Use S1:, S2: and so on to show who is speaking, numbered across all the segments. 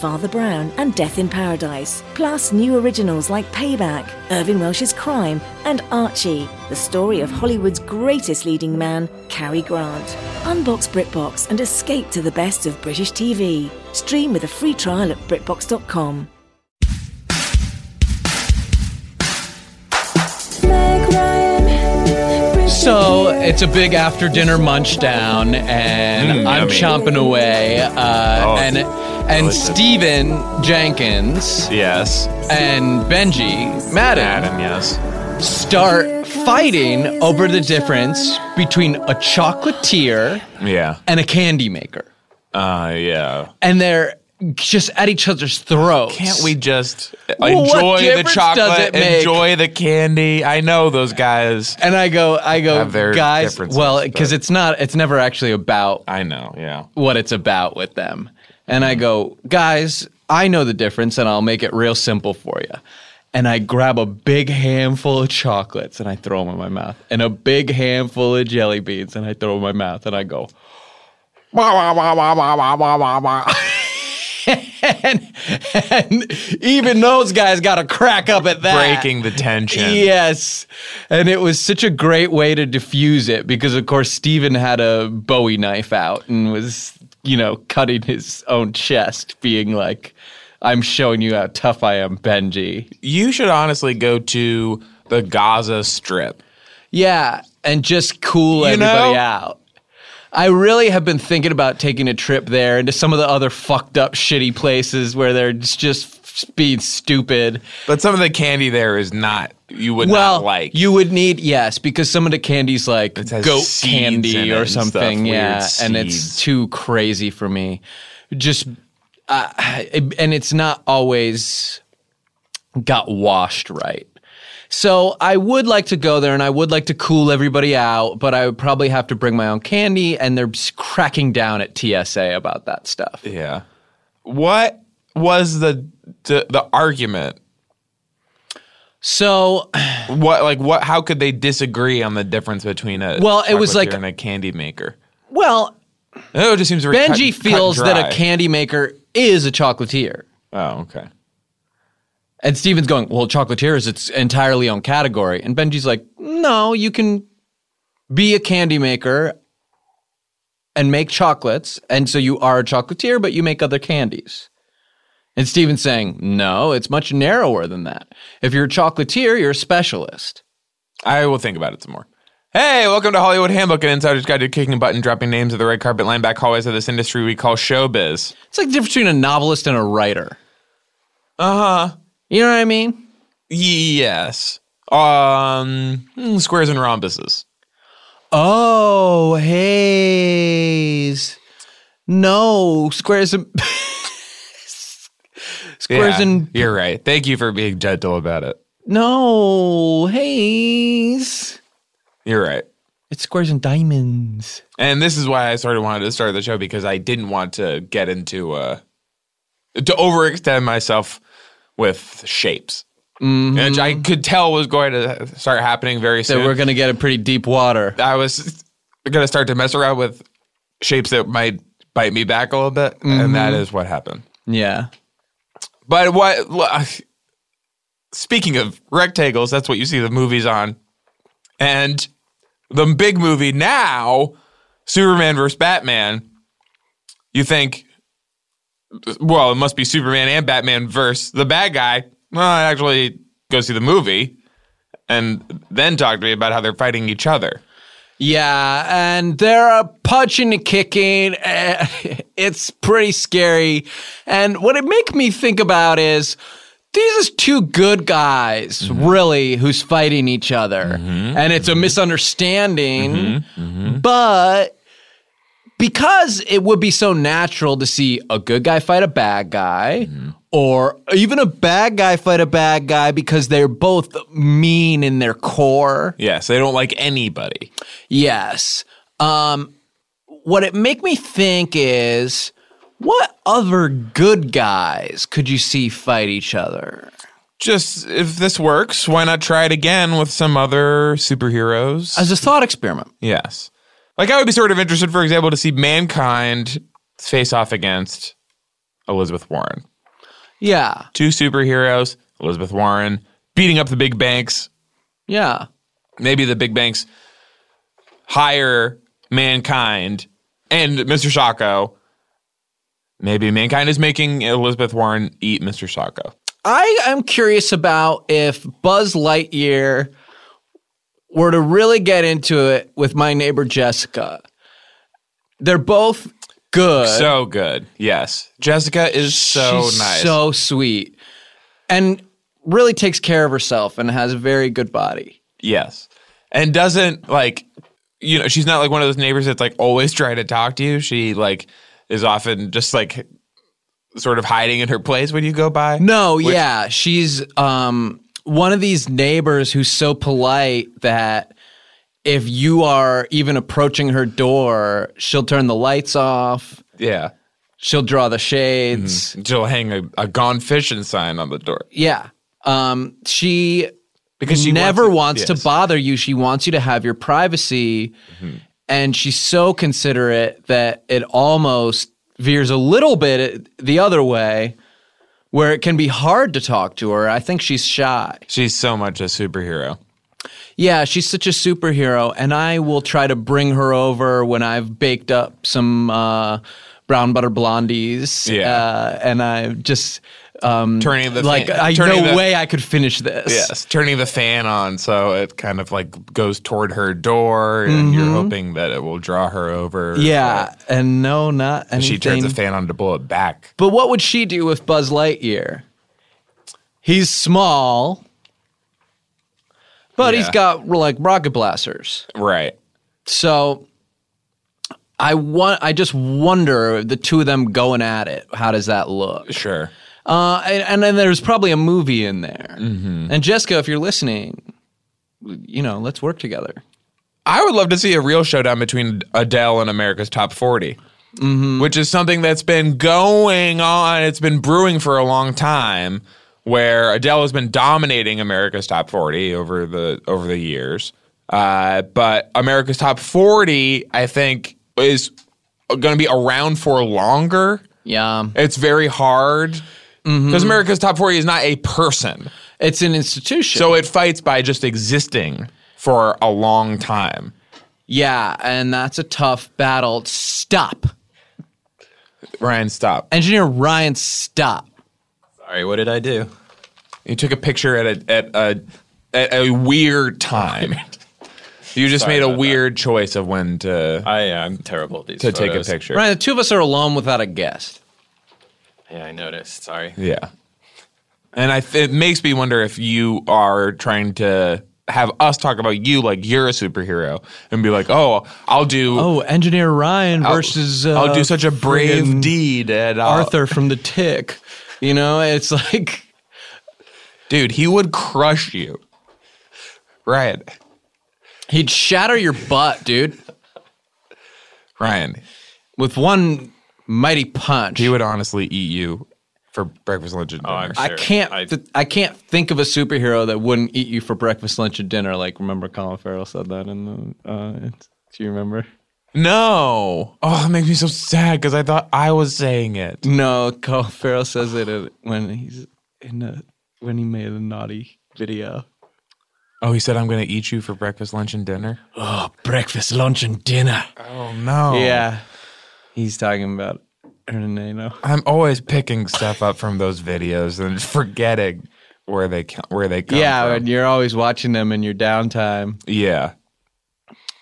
S1: Father Brown, and Death in Paradise, plus new originals like Payback, Irving Welsh's Crime, and Archie, the story of Hollywood's greatest leading man, Cary Grant. Unbox BritBox and escape to the best of British TV. Stream with a free trial at BritBox.com.
S2: So it's a big after dinner munch down, and
S3: Mm,
S2: I'm
S3: yummy.
S2: chomping away. Uh,
S3: Oh,
S2: and and
S3: delicious.
S2: Stephen Jenkins
S3: Yes.
S2: and Benji Madden
S3: Adam, yes.
S2: start fighting over the difference between a chocolatier
S3: Yeah.
S2: and a candy maker,
S3: Uh, yeah.
S2: and they're just at each other's throats.
S3: Can't we just
S2: Well, what
S3: enjoy the
S2: difference does
S3: chocolate,
S2: it make?
S3: enjoy the candy? I know those guys.
S2: And I go, I go,
S3: Have their
S2: guys.
S3: differences,
S2: Well, because
S3: but-
S2: it's not, it's never actually about
S3: I know, yeah.
S2: what it's about with them. And I go, guys, I know the difference and I'll make it real simple for you. And I grab a big handful of chocolates and I throw them in my mouth, and a big handful of jelly beans and I throw 'em in my mouth, and I go, wah, wah, wah, wah, wah, wah, wah, wah, wah. and, and even those guys got to crack up at that.
S3: Breaking the tension.
S2: Yes. And it was such a great way to diffuse it because, of course, Steven had a Bowie knife out and was, you know, cutting his own chest, being like, I'm showing you how tough I am, Benji.
S3: You should honestly go to the Gaza Strip.
S2: Yeah. And just cool
S3: You
S2: everybody
S3: know?
S2: out. I really have been thinking about taking a trip there and to some of the other fucked up, shitty places where they're just- just being stupid.
S3: But some of the candy there is not, you would
S2: well,
S3: not like.
S2: you would need yes because some of the candy's like
S3: has
S2: goat
S3: seeds in
S2: candy
S3: it
S2: or
S3: and stuff,
S2: something,
S3: weird
S2: yeah, and it's
S3: seeds.
S2: too crazy for me. Just uh, it- and it's not always got washed right. So I would like to go there and I would like to cool everybody out, but I would probably have to bring my own candy and they're s- cracking down at TSA about that stuff.
S3: yeah. What was the, the the argument?
S2: So
S3: What like what? How could they disagree on the difference between a
S2: Well, it was
S3: chocolatier
S2: like-
S3: and a candy maker?
S2: well,
S3: Oh, it just seems very cut-
S2: Benji
S3: cut
S2: feels that
S3: dry.
S2: a candy maker is a chocolatier.
S3: Oh, okay.
S2: And Steven's going, well, chocolatier is its entirely own category. And Benji's like, no, you can be a candy maker and make chocolates. And so you are a chocolatier, but you make other candies. And Steven's saying, no, it's much narrower than that. If you're a chocolatier, you're a specialist.
S3: I will think about it some more. Hey, welcome to Hollywood Handbook, an insider's guide to kicking butt and dropping names of the red carpet line back hallways of this industry we call showbiz.
S2: It's like the difference between a novelist and a writer.
S3: Uh huh.
S2: You know what I mean?
S3: Yes. Um, hmm, squares and rhombuses.
S2: Oh, Hayes. No, squares and. squares
S3: Yeah,
S2: and
S3: You're right. Thank you for being gentle about it.
S2: No, Hayes.
S3: You're right.
S2: It's squares and diamonds.
S3: And this is why I sort of wanted to start the show because I didn't want to get into uh to overextend myself with shapes. Which I could tell was going to start happening very
S2: Mm-hmm. That
S3: soon.
S2: we're gonna get in pretty deep water.
S3: I was gonna start to mess around with shapes that might bite me back a little bit, and that
S2: Mm-hmm.
S3: is what happened.
S2: Yeah.
S3: But what? l- Speaking of rectangles, that's what you see the movies on, and the big movie now, Superman versus Batman. You think, well, it must be Superman and Batman versus the bad guy. Well, I actually go see the movie, and then talk to me about how they're fighting each other.
S2: Yeah, and there are punching and kicking. eh, It's pretty scary. And what it make me think about is these is two good guys, really, who's fighting each other. And it's a misunderstanding, but because it would be so natural to see a good guy fight a bad guy or even a bad guy fight a bad guy because they're both mean in their core.
S3: Yes, they don't like anybody.
S2: Yes. Um, what it make me think is What other good guys could you see fight each other?
S3: Just if this works, why not try it again with some other superheroes?
S2: As a thought experiment.
S3: yes. Like I would be sort of interested, for example, to see mankind face off against Elizabeth Warren.
S2: Yeah.
S3: Two superheroes, Elizabeth Warren, beating up the big banks.
S2: Yeah.
S3: Maybe the big banks hire mankind and Mr. Shocko. Maybe mankind is making Elizabeth Warren eat Mr. Shocko.
S2: I am curious about if Buzz Lightyear were to really get into it with my neighbor Jessica. They're both good.
S3: So good. Yes. Jessica is so
S2: She's
S3: nice.
S2: So sweet. And really takes care of herself and has a very good body.
S3: yes. And doesn't like, you know, she's not like one of those neighbors that's like always trying to talk to you. She like is often just like sort of hiding in her place when you go by.
S2: No, yeah, she's um one of these neighbors who's so polite that if you are even approaching her door, she'll turn the lights off,
S3: Yeah.
S2: she'll draw the shades.
S3: She'll hang a, a gone fishing sign on the door
S2: Yeah. Um she
S3: because she
S2: never wants, to,
S3: yes. Mm-hmm.
S2: bother you. She wants you to have your privacy. And she's so considerate that it almost veers a little bit the other way where it can be hard to talk to her. I think she's shy.
S3: She's so much a superhero.
S2: Yeah, she's such a superhero. And I will try to bring her over when I've baked up some uh, brown butter blondies.
S3: Yeah.
S2: Uh, and I just. Um,
S3: Turning the
S2: like
S3: fan-
S2: I
S3: turning
S2: no
S3: the-
S2: way I could finish this.
S3: Yes, turning the fan on so it kind of like goes toward her door, and you're hoping that it will draw her over.
S2: Mm-hmm. Yeah, and no, not anything.
S3: She turns the fan on to blow it back.
S2: But what would she do with Buzz Lightyear? He's small, but he's
S3: Yeah.
S2: got like rocket blasters.
S3: Right.
S2: So I want. I just wonder the two of them going at it. How does that look?
S3: Sure.
S2: Uh, and, and then there's probably a movie in there.
S3: Mm-hmm.
S2: And Jessica, if you're listening, you know, let's work together.
S3: I would love to see a real showdown between Adele and America's Top 40, which is something that's been going on. It's been brewing for a long time, where Adele has been dominating America's Top 40 over the over the years. Uh, but America's Top 40, I think, is going to be around for longer.
S2: Yeah,
S3: It's very hard because America's Top 40 is not a person.
S2: it's an institution.
S3: So it fights by just existing for a long time.
S2: yeah, and that's a tough battle. Stop.
S3: Ryan, stop.
S2: Engineer Ryan, stop.
S4: Sorry, what did I do?
S3: You took a picture at a at a at a weird time. You just
S4: Sorry
S3: made a
S4: about that.
S3: weird choice of when to
S4: I am terrible at these.
S3: to take a
S4: photos.
S3: picture.
S2: Ryan, the two of us are alone without a guest.
S4: Yeah, I noticed. Sorry.
S3: Yeah, and I th- it makes me wonder if you are trying to have us talk about you like you're a superhero and be like, oh, I'll do.
S2: Oh, Engineer Ryan
S3: I'll-
S2: versus uh,
S3: I'll do such a brave
S2: friggin'
S3: deed at
S2: Arthur from The Tick. You know, it's like
S3: dude. He would crush you, Ryan.
S2: he'd shatter your butt, dude,
S3: Ryan,
S2: with one mighty punch.
S3: he would honestly eat you for breakfast, lunch, and dinner.
S4: Oh, I'm
S2: I
S4: Sure,
S2: can't.
S4: I-
S2: th- I can't think of a superhero that wouldn't eat you for breakfast, lunch, and dinner. Like, remember Colin Farrell said that in the. Uh, it's- do you remember?
S3: No. Oh, that makes me so sad because I thought I was saying it.
S2: No, Colin Farrell says it in- when he's in a when he made a naughty video.
S3: Oh, he said I'm going to eat you for breakfast, lunch, and dinner.
S2: Breakfast, lunch, and dinner.
S3: Oh no.
S2: Yeah. He's talking about Hernando.
S3: I'm always picking stuff up from those videos and forgetting where they co- where they come
S2: Yeah,
S3: from.
S2: and you're always watching them in your downtime
S3: Yeah.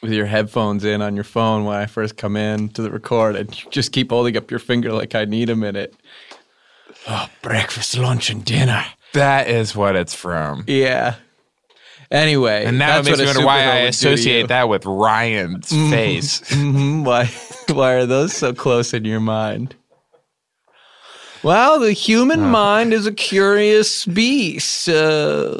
S2: with your headphones in on your phone when I first come in to the record, and you just keep holding up your finger like I need a minute. Oh, breakfast, lunch, and dinner.
S3: That is what it's from.
S2: Yeah. Anyway,
S3: And now it
S2: that's
S3: makes me
S2: what a
S3: wonder why
S2: superhero would do
S3: I
S2: to you. Mm-hmm.
S3: associate that with Ryan's face.
S2: Mhm, Why, why are those so close in your mind? Well, the human
S3: Oh.
S2: mind is a curious beast. Uh,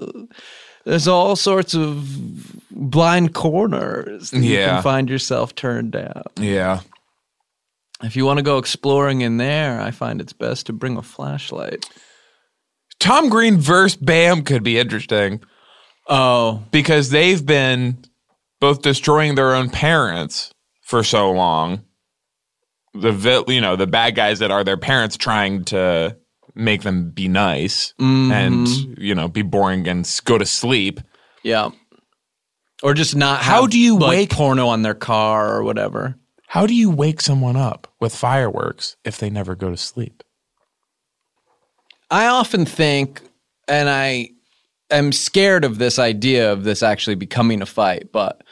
S2: there's all sorts of blind corners that you
S3: Yeah.
S2: can find yourself turned down.
S3: yeah.
S2: If you want to go exploring in there, I find it's best to bring a flashlight.
S3: Tom Green versus Bam could be interesting
S2: Oh,
S3: because they've been both destroying their own parents for so long. The vil- you know the bad guys that are their parents trying to make them be nice and you know be boring and s- go to sleep.
S2: yeah. Or just not.
S3: How
S2: have,
S3: do you
S2: like,
S3: wake-
S2: porno on their car or whatever?
S3: How do you wake someone up with fireworks if they never go to sleep?
S2: I often think, and I am scared of this idea of this actually becoming a fight, but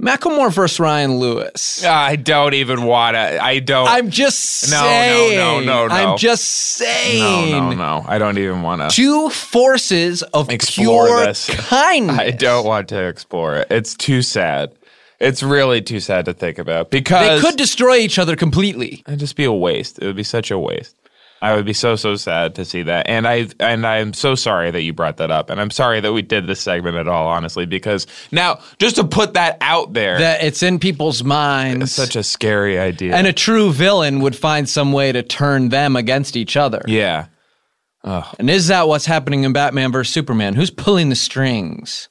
S2: Macklemore versus Ryan Lewis.
S3: I don't even wanna. I don't.
S2: I'm just
S3: No, no, no,
S2: saying.
S3: no, no.
S2: I'm just
S3: no,
S2: saying.
S3: no, no. I don't even wanna.
S2: Two forces of
S3: Explore
S2: pure
S3: this.
S2: kindness.
S3: I don't want to explore it. It's too sad. It's really too sad to think about because
S2: They could destroy each other completely.
S3: it'd just be a waste. It would be such a waste. I would be so so sad to see that, and I and I'm so sorry that you brought that up, and I'm sorry that we did this segment at all, honestly, because now just to put that out there,
S2: That it's in people's minds.
S3: it's such a scary idea.
S2: and a true villain would find some way to turn them against each other.
S3: yeah,
S2: And is that what's happening in Batman vs. Superman? Who's pulling the strings?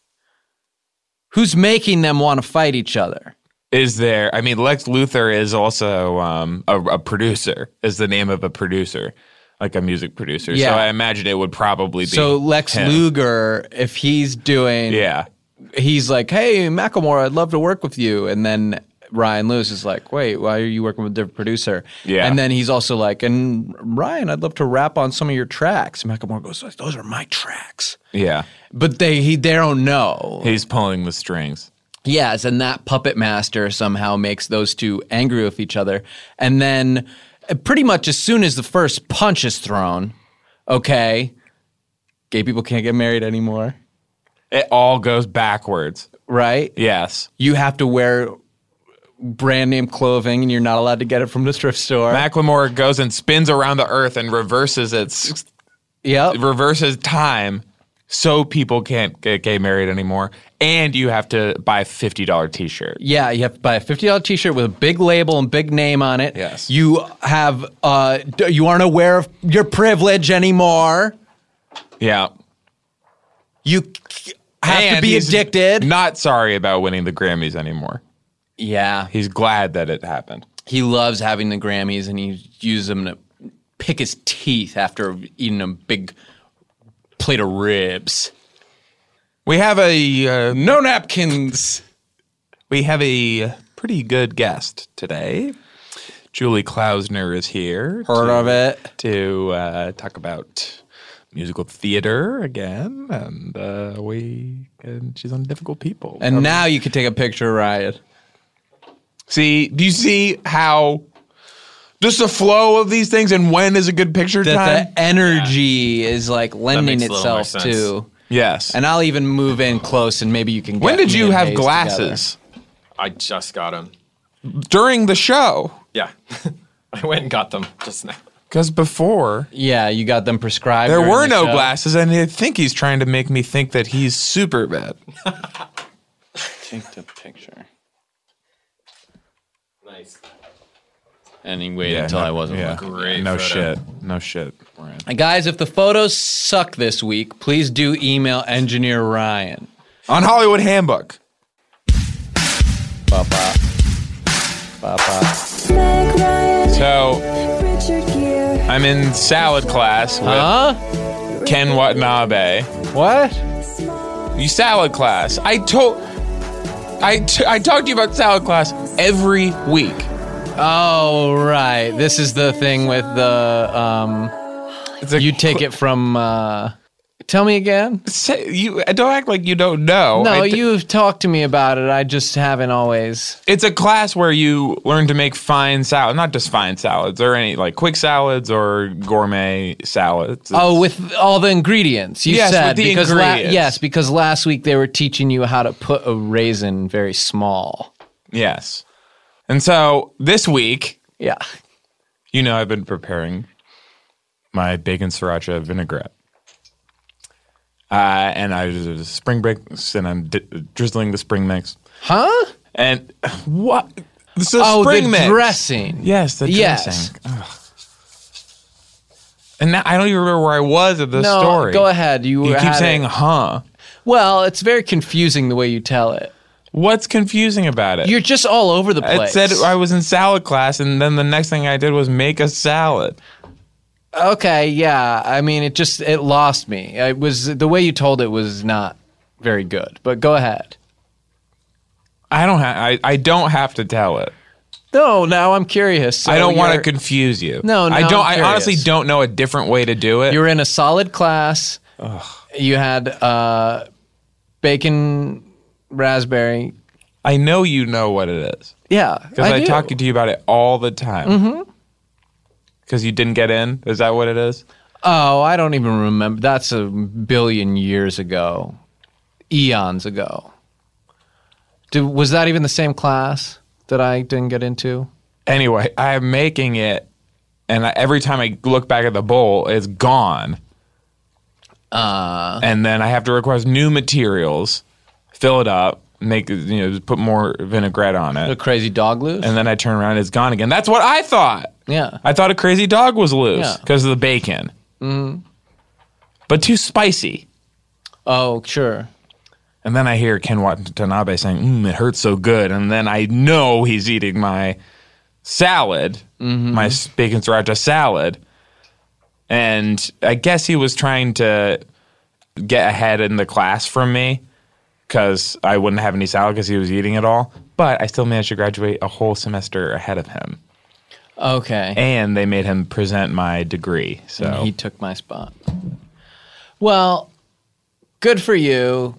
S2: Who's making them want to fight each other?
S3: is there? I mean, Lex Luthor is also um, a, a producer. Is the name of a producer, like a music producer?
S2: Yeah.
S3: So I imagine it would probably be
S2: So Lex
S3: him.
S2: Luger, if he's doing,
S3: Yeah.
S2: he's like, "Hey, Macklemore, I'd love to work with you," and then Ryan Lewis is like, "Wait, why are you working with a different producer?"
S3: Yeah.
S2: and then he's also like, "And Ryan, I'd love to rap on some of your tracks." Macklemore goes, "Those are my tracks,"
S3: Yeah.
S2: but they he, they don't know.
S3: He's pulling the strings.
S2: Yes, and that puppet master somehow makes those two angry with each other. And then, uh, pretty much as soon as the first punch is thrown, okay, gay people can't get married anymore,
S3: It all goes backwards.
S2: right?
S3: Yes.
S2: You have to wear brand name clothing and you're not allowed to get it from the thrift store.
S3: Macklemore goes and spins around the earth and reverses its
S2: yep.
S3: reverses time so people can't get gay married anymore. And you have to buy a fifty dollar t shirt.
S2: Yeah, you have to buy a fifty dollar T-shirt with a big label and big name on it.
S3: Yes.
S2: you have uh, d- you aren't aware of your privilege anymore.
S3: Yeah.
S2: You c- have to
S3: And
S2: be
S3: he's
S2: addicted.
S3: Not sorry about winning the Grammys anymore.
S2: yeah,
S3: He's glad that it happened.
S2: he loves having the Grammys and he uses them to pick his teeth after eating a big plate of ribs.
S3: We have a uh,
S2: No napkins.
S3: we have a pretty good guest today. Julie Klausner is here.
S2: Heard
S3: to-
S2: of it?
S3: to uh, talk about musical theater again, and uh, we and she's on Difficult People.
S2: And now you can take a picture, Riot.
S3: see, do you see how just the flow of these things and when is a good picture time?
S2: That the energy is like lending
S4: makes a little more
S2: itself
S4: sense.
S2: to.
S3: yes.
S2: And I'll even move in close, and maybe you can. Get
S3: when did
S2: me
S3: you
S2: and
S3: have
S2: Hayes
S3: glasses
S4: I just got them.
S3: during the show?
S4: Yeah. I went and got them just now.
S3: Because before.
S2: together. Yeah, you got them prescribed.
S3: There
S2: during
S3: were
S2: the
S3: no
S2: show.
S3: glasses, and I think he's trying to make me think that he's super bad.
S2: Take the picture,
S4: Nice.
S2: and he waited until I wasn't looking.
S4: Great
S3: no
S4: photo.
S3: shit. No shit. Ryan.
S2: And guys, if the photos suck this week, please do email engineer Ryan.
S3: On Hollywood Handbook.
S2: Ba-ba. Ba-ba.
S5: Meg Ryan,
S3: So
S5: Richard Gere,
S3: I'm in salad class with
S2: Huh?
S3: Ken Watanabe.
S2: What?
S3: You salad class. I told. I, t- I talk to you about salad class every week.
S2: Oh right, this is the thing with the um.
S3: It's like,
S2: You take it from. Uh, tell me again.
S3: Say, you don't act like you don't know.
S2: No,
S3: I t-
S2: you've talked to me about it. I just haven't always.
S3: It's a class where you learn to make fine salad, not just fine salads or any like quick salads or gourmet salads.
S2: Oh, with all the ingredients you
S3: Yes, with
S2: said.
S3: the
S2: because la-
S3: ingredients.
S2: yes, because last week they were teaching you how to put a raisin very small.
S3: yes. And so this week,
S2: Yeah.
S3: you know, I've been preparing my bacon sriracha vinaigrette. Uh, and I was spring mix, and I'm d- drizzling the spring mix.
S2: Huh?
S3: And what? So
S2: oh,
S3: spring
S2: the
S3: mix.
S2: dressing.
S3: Yes, the
S2: Yes.
S3: dressing. Ugh. And now, I don't even remember where I was at the
S2: No,
S3: story.
S2: go ahead. You,
S3: You keep
S2: had
S3: saying,
S2: it.
S3: "Huh."
S2: Well, it's very confusing the way you tell it.
S3: What's confusing about it?
S2: You're just all over the
S3: it
S2: place.
S3: said I was in salad class, and then the next thing I did was make a salad.
S2: okay, yeah. I mean, it just it lost me. It was the way you told it was not very good. But go ahead.
S3: I don't have. I, I don't have to tell it.
S2: No, now I'm curious. So
S3: I don't want to
S2: you're-
S3: confuse you.
S2: No, no,
S3: I don't.
S2: I'm
S3: I honestly
S2: curious.
S3: don't know a different way to do it.
S2: You were in a solid class. You had uh, bacon, raspberry.
S3: I know you know what it is
S2: Yeah,
S3: because I,
S2: do. Mm-hmm.
S3: talk to you about it all the time. Because you didn't get in. Is that what it is?
S2: Oh, I don't even remember. That's a billion years ago, eons ago. Did, was that even the same class that I didn't get into?
S3: Anyway, I'm making it, and I, every time I look back at the bowl, it's gone. Uh, and then I have to request new materials, fill it up, make you know, put more vinaigrette on
S2: The
S3: it,
S2: crazy dog loose?
S3: and then I turn around, and it's gone again. That's what I thought.
S2: yeah.
S3: I thought a crazy dog was
S2: Yeah. Mm-hmm.
S3: loose because of the bacon, but too spicy.
S2: Oh, sure.
S3: And then I hear Ken Watanabe saying, mm, "It hurts so good," and then I know he's eating my salad,
S2: Mm-hmm.
S3: my s- bacon sriracha salad. And I guess he was trying to get ahead in the class from me because I wouldn't have any salad because he was eating it all. But I still managed to graduate a whole semester ahead of him,
S2: Okay.
S3: and they made him present my degree. So
S2: He took my spot. Well, good for you.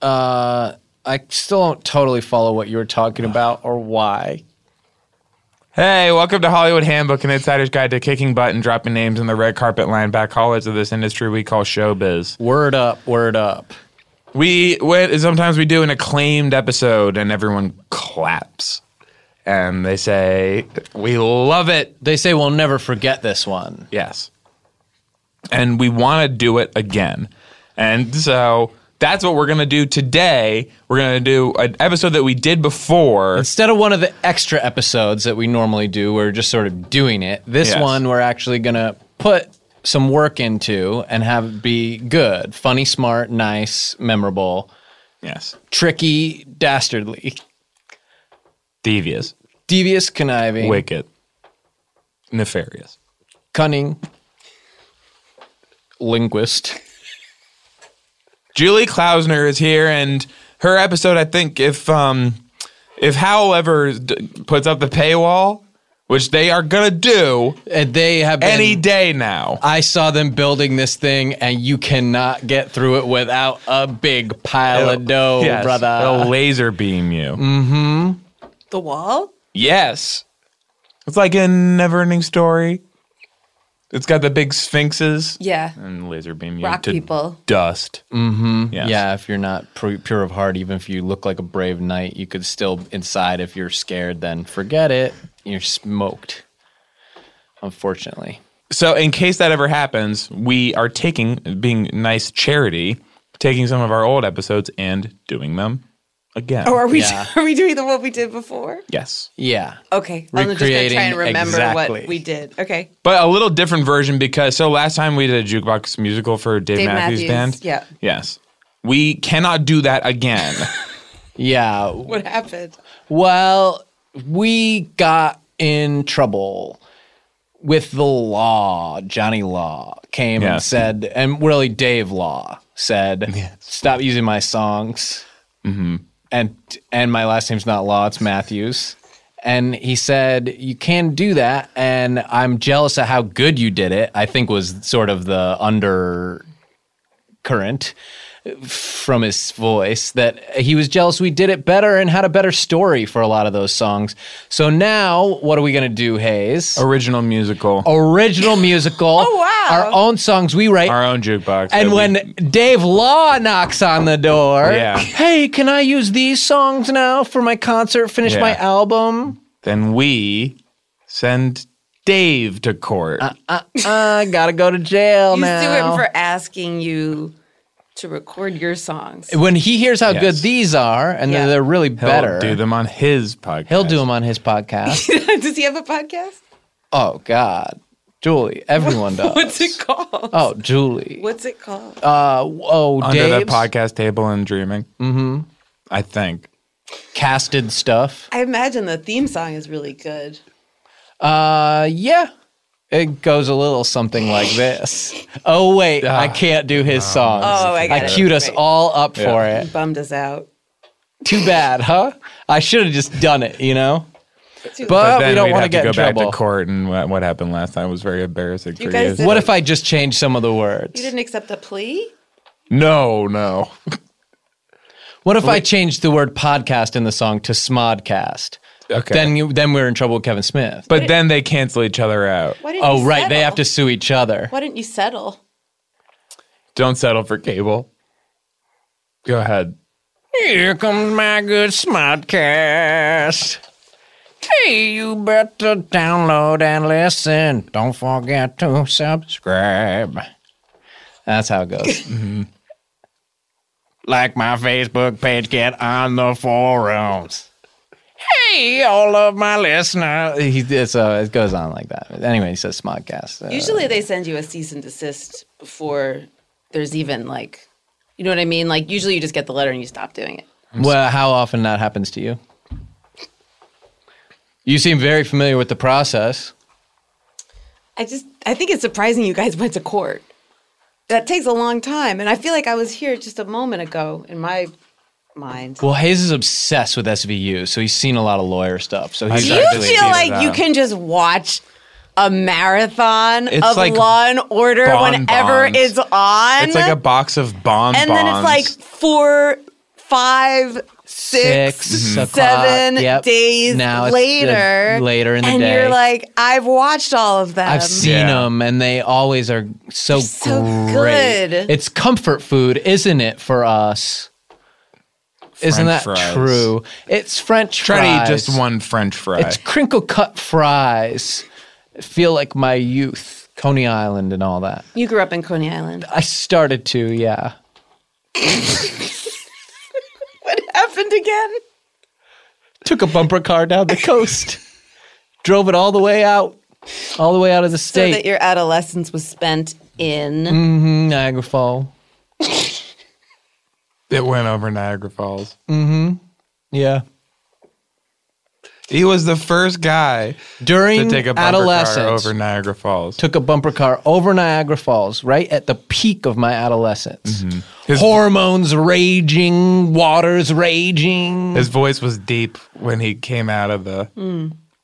S2: Uh, I still don't totally follow what you were talking about or why.
S3: Hey, welcome to Hollywood Handbook, an insider's guide to kicking butt and dropping names in the red carpet line back hallways of this industry we call showbiz.
S2: Word up, word up.
S3: We went, sometimes we do an acclaimed episode and everyone claps. And they say, We love it.
S2: They say we'll never forget this one.
S3: Yes. And we want to do it again. And so that's what we're going to do today. We're going to do an episode that we did before.
S2: Instead of one of the extra episodes that we normally do, we're just sort of doing it. This
S3: Yes.
S2: one, we're actually going to put some work into and have it be good, funny, smart, nice, memorable,
S3: yes.
S2: tricky, dastardly,
S3: Devious,
S2: devious, conniving,
S3: wicked, nefarious.
S2: cunning, linguist.
S3: Julie Klausner is here, and her episode, I think, if um, if Howl ever d- puts up the paywall, which they are gonna do
S2: And they have been.
S3: any day now,
S2: I saw them building this thing, and you cannot get through it without a big pile of dough,
S3: Oh, Yes, Oh,
S2: brother. Mm.
S3: they'll laser beam you.
S6: The wall?
S3: Yes, it's like a never-ending story. It's got the big sphinxes
S6: Yeah.
S3: and laser beam you
S6: Rock
S3: to
S6: people.
S3: dust. Mm-hmm. Yes.
S2: Yeah, if you're not pr- pure of heart, even if you look like a brave knight, you could still inside. If you're scared, then forget it. You're smoked. Unfortunately,
S3: So, in case that ever happens, we are taking, being nice charity, taking some of our old episodes and doing them again.
S6: Or are we
S2: Yeah.
S6: are we doing the one we did before?
S3: yes.
S2: yeah.
S6: Okay. I'm just gonna
S2: Recreating
S6: try and remember
S2: exactly.
S6: what we did. Okay.
S3: But a little different version because, so last time we did a jukebox musical for Dave,
S6: Dave
S3: Matthews,
S6: Matthews,
S3: Band.
S6: yeah.
S3: Yes. We cannot do that again.
S2: Yeah.
S6: What happened?
S2: Well, we got in trouble with the law. Johnny Law came and
S3: Yes.
S2: said, and really Dave Law said, "Stop using my songs." And and my last name's not Law; it's Matthews. And he said, "You can do that." And I'm jealous of how good you did it. I think was sort of the under current from his voice that he was jealous we did it better and had a better story for a lot of those songs. So now, what are we going to do, Hayes?
S3: Original musical,
S2: Oh. Original musical. Oh,
S6: wow.
S2: Our own songs we write.
S3: our own jukebox. that
S2: and
S3: we-
S2: when Dave Law knocks on the door,
S3: Yeah.
S2: hey, can I use these songs now for my concert, finish
S3: Yeah.
S2: my album?
S3: then we send Dave to
S2: Uh,
S3: court.
S2: I gotta go to jail
S6: You
S2: now.
S6: sue him for asking you to record your songs.
S2: When he hears how good
S3: Yes.
S2: these are, and
S6: Yeah.
S2: that they're really
S3: He'll
S2: better,
S3: do them on his podcast.
S2: he'll do them on his podcast.
S6: Does he have a podcast?
S2: oh God, Julie, everyone does.
S6: What's it called?
S2: Oh, Julie.
S6: What's it called?
S2: Uh, oh,
S3: under
S2: Dave's
S3: the podcast table and dreaming. Mm-hmm. I think.
S2: casted stuff.
S6: I imagine the theme song is really good.
S2: Uh, yeah. It goes a little something like this. Oh wait, I
S3: Ah.
S2: can't do his songs.
S6: Oh, I got it.
S2: queued us
S6: Right.
S2: all up for it.
S6: Bummed us out.
S2: Too bad, huh? I should have just done it, you know.
S6: Too
S2: But,
S3: then
S2: we don't
S3: we'd
S2: want
S3: have
S2: to get
S3: go
S2: in
S3: back
S2: trouble.
S3: to court, and what, what happened last time was very embarrassing
S6: You
S3: for
S6: guys
S3: you.
S6: did-
S2: What if I just change some of the
S6: You
S2: words?
S6: didn't accept the plea?
S3: No, no.
S2: What if I changed the word podcast in the song to smodcast?
S3: Okay.
S2: Then you, then we're in trouble with Kevin Smith.
S3: But then they cancel each other out.
S6: Why didn't
S2: oh
S6: you
S2: right, they
S6: settle?
S2: have to sue each other.
S6: Why didn't you settle?
S3: Don't settle for cable. Go ahead.
S2: Here comes my good Smodcast. Hey, you better download and listen. Don't forget to subscribe. That's how it goes. like my Facebook page, get on the forums. Hey, all of my listeners. He, it's, uh, it goes on like that. Anyway, he says Smodcast. Uh,
S6: Usually they send you a cease and desist before there's even like, you know what I mean? Like usually you just get the letter and you stop doing it.
S2: Well, how often that happens to you? You seem very familiar with the process.
S6: I just I think it's surprising you guys went to court. That takes a long time, and I feel like I was here just a moment ago in my mind.
S2: Well, Hayes is obsessed with SVU, so he's seen a lot of lawyer stuff. So he's
S6: Do you
S3: Exactly.
S6: feel
S3: Yeah.
S6: like you can just watch a marathon
S3: It's
S6: of
S3: like
S6: Law and Order whenever
S3: bonbons.
S6: it's on?
S3: It's like a box of bonbons.
S6: and then it's like four, five, six,
S2: Six
S6: seven
S2: o'clock, yep.
S6: days
S2: Now it's the-
S6: later.
S2: later in the
S6: and
S2: day.
S6: you're like, I've watched all of them.
S2: I've seen
S3: Yeah.
S2: them, and they always are so,
S6: so
S2: great.
S6: good.
S2: It's comfort food, isn't it, for us? isn't that
S3: French fries.
S2: true? It's French
S3: try
S2: fries.
S3: to eat just one French fry.
S2: It's crinkle cut fries. Feel like my youth, Coney Island, and all that.
S6: you grew up in Coney Island.
S2: I started to, yeah.
S6: What happened again?
S2: Took a bumper car down the coast, drove it all the way out, all the way out of the
S6: So
S2: state.
S6: that your adolescence was spent in.
S2: Niagara Falls.
S3: it went over Niagara Falls.
S2: Yeah.
S3: He was the first guy to
S2: During
S3: take a bumper
S2: adolescence,
S3: car over Niagara Falls.
S2: took a bumper car over Niagara Falls, right at the peak of my adolescence.
S3: His-
S2: Hormones raging, waters raging.
S3: His voice was deep when he came out of the.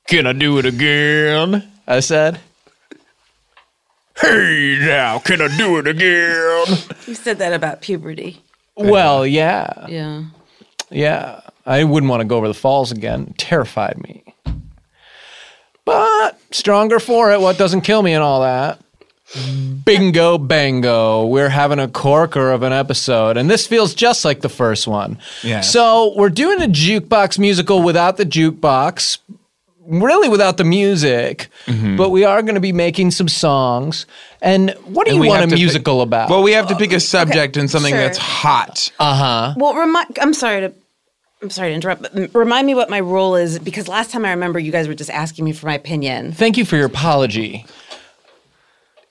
S2: Can I do it again? I said.
S3: Hey now, can I do it again?
S6: You said that about puberty.
S2: Well, yeah,
S6: Yeah.
S2: yeah. I wouldn't want to go over the falls again. Terrified me. But stronger for it. What doesn't kill me and all that. Bingo, bango. We're having a corker of an episode, and this feels just like the first one.
S3: Yeah.
S2: So we're doing a jukebox musical without the jukebox, really without the music,
S3: Mm-hmm.
S2: but we are going to be making some songs. And what do
S3: And
S2: you
S3: we
S2: want a
S3: have to pick-
S2: musical about?
S3: Well, we have to pick a subject and something
S6: sure.
S3: that's hot.
S6: Well, remind. I'm sorry to. I'm sorry to interrupt, but m- remind me what my role is because last time I remember you guys were just asking me for my opinion.
S2: Thank you for your apology.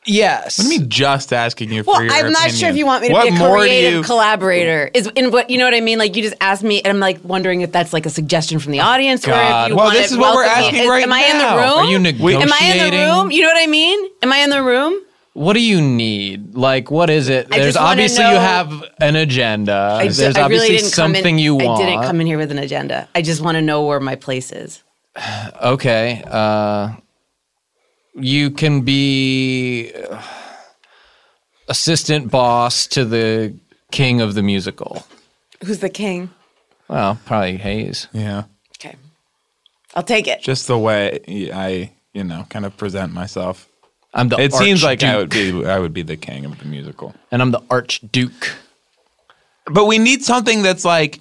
S2: Yes.
S3: What do you mean just asking you
S6: Well,
S3: for your
S6: I'm not sure
S3: opinion?
S6: if you want me to
S3: What
S6: be a
S3: more do
S6: creative
S3: you-
S6: collaborator. Is in what you know what I mean? Like you just asked me, and I'm like wondering if that's like a suggestion from the audience or if
S3: God.
S6: you
S3: Well,
S6: want
S3: this
S6: to
S3: is what we're
S6: welcome me.
S3: asking
S6: Is-
S3: right
S6: Am I in the
S3: now.
S2: Are
S6: room?
S2: you
S6: Am
S2: negotiating?
S6: I in the room? You know what I mean? Am I in the room?
S2: What do you need? Like, what is it?
S6: I
S2: There's
S6: just wanna
S2: obviously
S6: know-
S2: you have an agenda.
S6: I, just-
S2: Uh, There's
S6: I
S2: obviously
S6: really didn't
S2: something
S6: come in,
S2: you want.
S6: I didn't come in here with an agenda. I just want to know where my place is.
S2: Okay. Uh, you can be uh, assistant boss to the king of the musical.
S6: Who's the king?
S2: Well, probably Hayes.
S3: Yeah,
S6: Okay, I'll take it.
S3: just the way I, you know, kind of present myself.
S2: I'm the
S3: It seems like I
S2: Archduke,
S3: would be I would be the king of the musical.
S2: and I'm the Archduke.
S3: But we need something that's like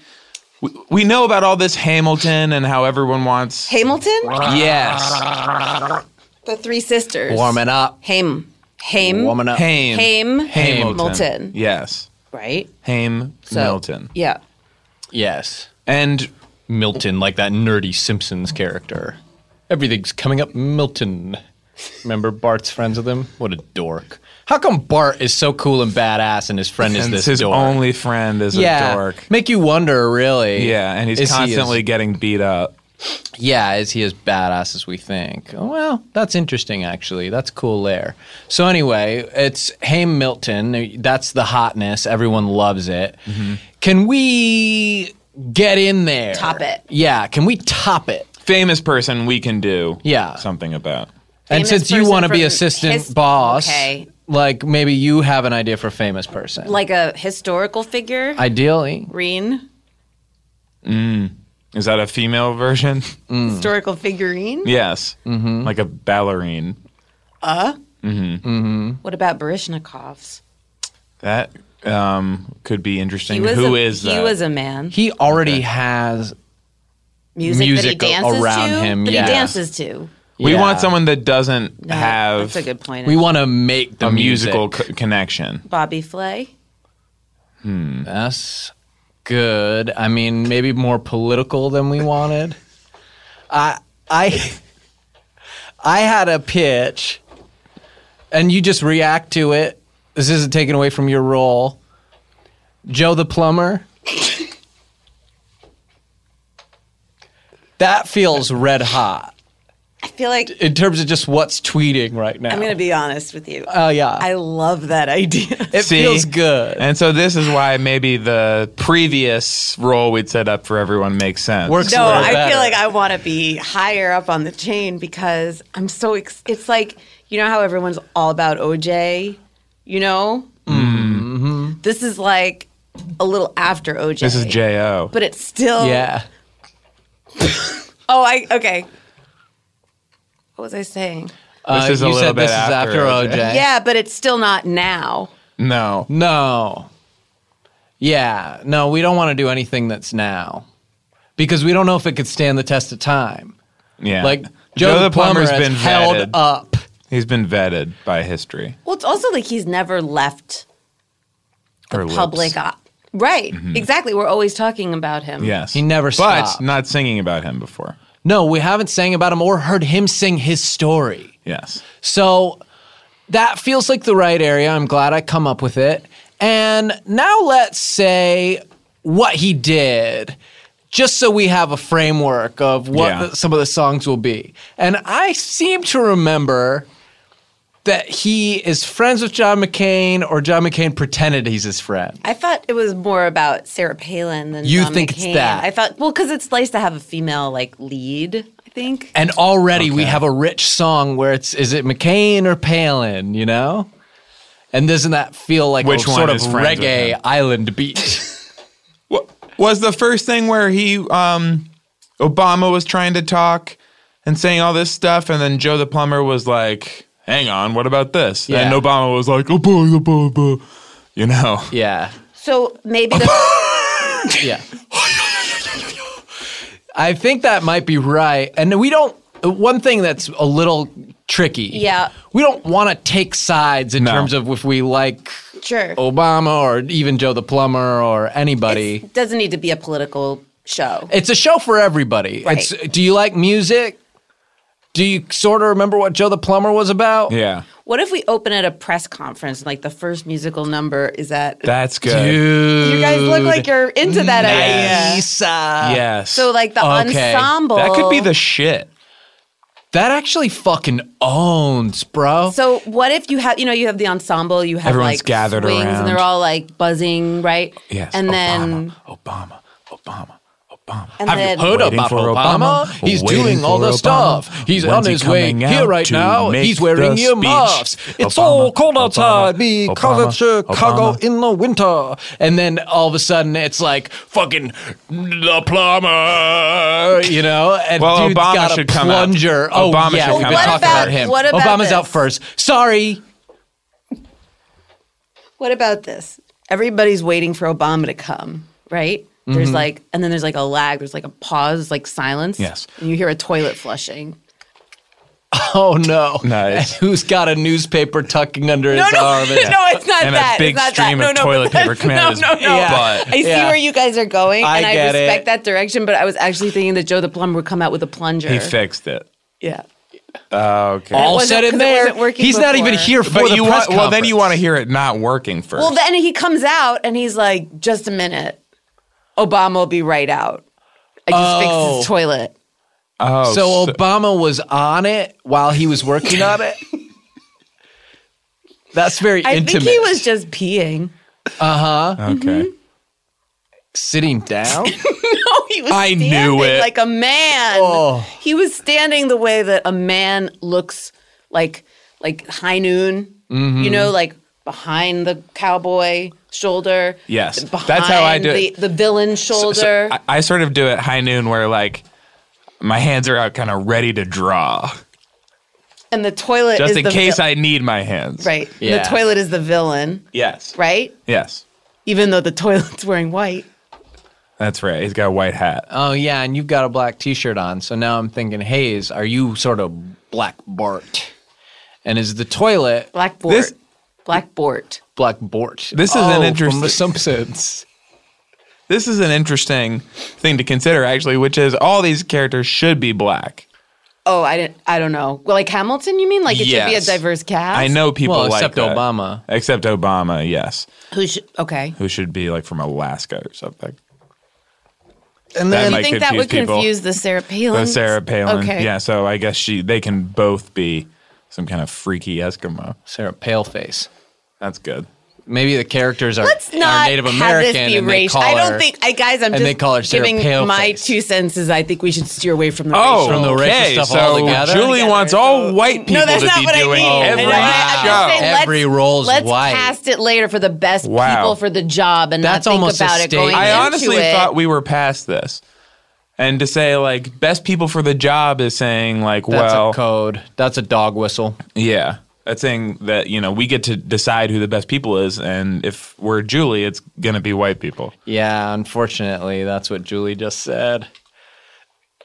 S3: we, we know about all this Hamilton and how everyone wants
S6: Hamilton,
S2: Yes.
S6: the three sisters.
S2: Warming up.
S6: Ham. Ham.
S2: Warming up.
S3: Ham.
S6: Ham.
S3: Hamilton.
S6: Hamilton.
S3: Yes.
S6: right?
S3: Haim
S6: So-
S3: Milton.
S6: Yeah.
S2: Yes.
S3: And
S2: Milton, like that nerdy Simpsons character. Everything's coming up Milton. Remember Bart's friends with him? What a dork. How come Bart is so cool and badass and his friend is
S3: and
S2: this
S3: his
S2: dork?
S3: only friend is
S2: yeah,
S3: a dork.
S2: make you wonder, really.
S3: Yeah, and he's
S2: Is he as-
S3: constantly getting beat up.
S2: yeah, is he as badass as we think? Oh, Well, that's interesting, actually. That's cool there. So anyway, it's Hey Milton. That's the hotness. Everyone loves it.
S3: Mm-hmm.
S2: Can we get in there?
S6: Top it.
S2: Yeah. Can we top it?
S3: Famous person we can do
S2: Yeah.
S3: something about.
S2: and
S6: Famous
S2: since you
S6: person
S2: want to be
S6: from
S2: assistant
S6: his-
S2: boss,
S6: okay.
S2: like maybe you have an idea for famous person.
S6: Like a historical figure.
S2: Ideally,
S6: Green.
S3: Is that a female version?
S2: Hmm.
S6: Historical figurine.
S3: yes. Mm-hmm. Like a ballerine.
S6: What about Barishnikovs?
S3: That um, could be interesting. Who is
S6: a, he
S3: that?
S6: was a man.
S2: uh, he already has.
S6: Music, that he
S2: music
S6: dances
S2: around
S6: to.
S2: him,
S6: That
S2: yeah.
S6: he dances to.
S3: we
S2: yeah.
S3: want someone that doesn't
S6: No,
S3: have
S6: that's a good point.
S2: We want to make the
S3: a musical
S2: music.
S3: co- connection.
S6: Bobby Flay.
S2: That's good. I mean, maybe more political than we wanted. I I I had a pitch and you just react to it. This isn't taken away from your role. Joe the plumber. that feels red hot
S6: I feel like
S2: in terms of just what's tweeting right now.
S6: I'm going to be honest with you.
S2: Oh yeah.
S6: I love that idea.
S2: it
S3: See?
S2: feels good.
S3: And so this is why maybe the previous role we'd set up for everyone makes sense.
S2: Works
S6: No,
S2: a little
S6: I
S2: better.
S6: feel like I want to be higher up on the chain because I'm so. Ex- it's like you know how everyone's all about OJ, you know. Mm-hmm. This is like a little after OJ.
S3: This is J.O.
S6: but it's still.
S2: Yeah.
S6: Oh, I okay. What was I saying?
S3: This
S2: Uh,
S3: is a
S2: you
S3: little
S2: said
S3: bit
S2: this
S3: after
S2: is after OJ.
S3: OJ.
S6: Yeah, but it's still not now.
S3: No.
S2: No. Yeah. No, we don't want to do anything that's now because we don't know if it could stand the test of time.
S3: Yeah.
S2: Like Joe, the, plumber has been held
S3: vetted.
S2: up.
S3: He's been vetted by history.
S6: Well, it's also like he's never left
S3: The
S6: public eye. Right. Exactly. We're always talking about him.
S3: Yes.
S2: He never
S3: But
S2: stopped.
S3: not singing about him before.
S2: No, we haven't sang about him or heard him sing his story.
S3: Yes.
S2: So that feels like the right area. I'm glad I come up with it. And now let's say what he did, just so we have a framework of what
S3: Yeah.
S2: the- some of the songs will be. And I seem to remember that he is friends with John McCain, or John McCain pretended he's his friend.
S6: I thought it was more about Sarah Palin than
S2: You
S6: John
S2: think it's
S6: McCain.
S2: that?
S6: I thought well because it's nice to have a female like lead. I think
S2: And already we have a rich song where it's is it McCain or Palin, you know? And doesn't that feel like a
S3: Which one
S2: sort of
S3: is friends with
S2: reggae
S3: him?
S2: island beat?
S3: Was the first thing where he, um, Obama was trying to talk and saying all this stuff, and then Joe the plumber was like, hang on, what about this?
S2: Yeah.
S3: And Obama was like, oh, boy, oh, boy, boy," you know.
S2: yeah.
S6: so. Maybe the,
S2: Yeah. I think that might be right. And we don't, one thing that's a little tricky.
S6: Yeah.
S2: We don't want to take sides in
S3: No.
S2: terms of if we like
S6: sure
S2: Obama or even Joe the Plumber or anybody.
S6: it doesn't need to be a political show.
S2: It's, a show for everybody.
S6: Right.
S2: It's do you like music? Do you sort of remember what Joe the Plumber was about?
S3: Yeah.
S6: What if we open at a press conference and like the first musical number is that?
S3: That's good.
S2: Dude.
S6: you guys look like you're into that idea.
S2: Lisa.
S3: Yes.
S6: So like the
S2: Okay.
S6: ensemble
S3: that could be the shit.
S2: That actually fucking owns, bro.
S6: So what if you have you know you have the ensemble you have
S3: Everyone's
S6: like
S3: gathered
S6: swings
S3: around.
S6: and they're all like buzzing right
S3: Yes.
S6: and then
S3: Obama, Obama, Obama, Obama.
S6: and
S2: Have
S6: then
S2: you heard
S3: Waiting
S2: about
S3: for
S2: Obama?
S3: Obama,
S2: He's
S3: waiting
S2: doing all
S3: for
S2: the
S3: Obama.
S2: stuff. He's
S3: When's
S2: on
S3: he
S2: his way
S3: coming
S2: here
S3: out
S2: right
S3: to
S2: now.
S3: make
S2: He's
S3: the
S2: wearing
S3: speech?
S2: earmuffs. It's all
S3: Obama,
S2: cold outside
S3: Obama,
S2: because it's
S3: Obama,
S2: Chicago
S3: Obama.
S2: in the winter. And then all of a sudden, it's like fucking the plumber, you know? And
S3: Well,
S2: dude's
S3: Obama
S2: got
S3: should
S2: a
S3: come out.
S2: plunger. Oh,
S3: Obama
S2: yeah,
S3: should
S2: we've
S3: come
S2: been talking
S3: out.
S2: about
S6: What about-
S2: him.
S6: what about
S2: Obama's out
S6: this?
S2: first. Sorry.
S6: what about this everybody's waiting for Obama to come right
S3: Mm-hmm.
S6: there's like and then there's like a lag there's like a pause like silence
S3: Yes.
S6: and you hear a toilet flushing
S2: Oh no!
S3: Nice.
S2: And who's got a newspaper tucking under his arm? and-
S6: no, it's not
S3: And a
S6: that.
S3: big
S6: it's not
S3: stream
S6: that.
S3: of
S6: no, no,
S3: toilet
S6: but
S3: paper
S6: that's-
S3: coming out of his
S6: No, no, no.
S3: butt.
S6: I see
S2: Yeah.
S6: where you guys are going,
S2: I
S6: and I
S2: get
S6: respect
S2: it.
S6: that direction. But I was actually thinking that Joe the plumber would come out with a plunger.
S3: He fixed it.
S6: yeah.
S3: Okay.
S2: All
S6: wasn't-
S2: said and
S6: 'cause it
S2: there,
S6: wasn't working
S2: he's not even
S6: before.
S2: here for
S3: but
S2: the
S3: you
S2: press
S3: want well then you want to
S2: conference.
S3: hear it not working first.
S6: Well, then he comes out and he's like, "Just a minute, Obama will be right out. I just fixed his toilet."
S3: oh,
S2: So Obama was on it while he was working on it. That's very
S6: I
S2: intimate.
S6: think he was just peeing.
S3: okay.
S6: Mm-hmm.
S2: sitting down.
S6: No, he was.
S3: I knew
S6: standing
S3: it. Oh.
S6: Like a man. He was standing the way that a man looks, like like high noon.
S3: Mm-hmm.
S6: You know, like behind the cowboy shoulder.
S3: Yes.
S6: th-
S3: That's how I
S6: behind
S3: do it.
S6: The, the villain shoulder.
S3: So I, I sort of do it high noon where like my hands are out kind of ready to draw
S6: and the toilet
S3: just
S6: is
S3: in
S6: the
S3: case
S6: vil-
S3: I need my hands.
S6: Right. and
S2: Yeah.
S6: The toilet is the villain,
S3: Yes.
S6: right?
S3: Yes.
S6: Even though the toilet's wearing white.
S3: That's right. He's got a white hat. Um,
S2: oh yeah, and you've got a black T-shirt on. So now I'm thinking, Hayes, are you sort of black Bart? And is the toilet
S6: Blackboard.
S3: This-
S6: Blackboard.
S2: black Bort?
S3: This is
S2: Oh,
S3: an interesting-
S2: from The Simpsons.
S3: This is an interesting thing to consider actually, which is all these characters should be black.
S6: Oh, I didn't. I don't know. Well, like Hamilton, you mean? Like it should be a
S3: Yes.
S6: diverse cast.
S3: I know people
S2: Well,
S3: like
S2: except
S3: that.
S2: Obama.
S3: Except Obama, yes.
S6: Who should? Okay.
S3: Who should be like from Alaska or something.
S2: And
S3: That
S2: then
S3: might
S6: I think that would
S3: people.
S6: confuse the Sarah Palin.
S3: Oh, Sarah Palin.
S6: Okay.
S3: Yeah, so I guess she they can both be some kind of freaky Eskimo.
S2: Sarah Paleface.
S3: That's good.
S2: Maybe the characters are,
S6: Let's
S2: are
S6: not
S2: Native
S6: have
S2: American
S6: this be
S2: and they
S6: racial.
S2: call
S6: I don't
S2: her-
S6: think. I guys,
S2: and
S6: I'm just
S2: they call her Sarah
S6: giving
S2: Paleface.
S6: my two senses. I think we should steer away from the
S3: Oh,
S2: From
S6: racial.
S2: the racial
S3: okay.
S2: stuff
S3: so
S2: altogether?
S3: Julie
S6: Together,
S3: wants
S6: so-
S3: all white people
S6: no, that's
S3: to
S6: not
S3: be
S6: what I
S3: doing
S6: mean.
S3: every
S6: No, I, I'm just
S3: show.
S6: saying, let's-
S2: Every role's
S6: let's
S2: white.
S6: cast it later for the best
S3: Wow.
S6: people for the job and
S2: That's
S6: not think
S2: almost a
S6: about it going
S2: statement.
S3: I
S6: into
S3: honestly
S6: it.
S3: thought we were past this. And to say like best people for the job is saying like
S2: That's
S3: well
S2: a code. That's a dog whistle.
S3: yeah that's saying that you know we get to decide who the best people is and if we're Julie it's gonna be white people
S2: Yeah, unfortunately, that's what Julie just said.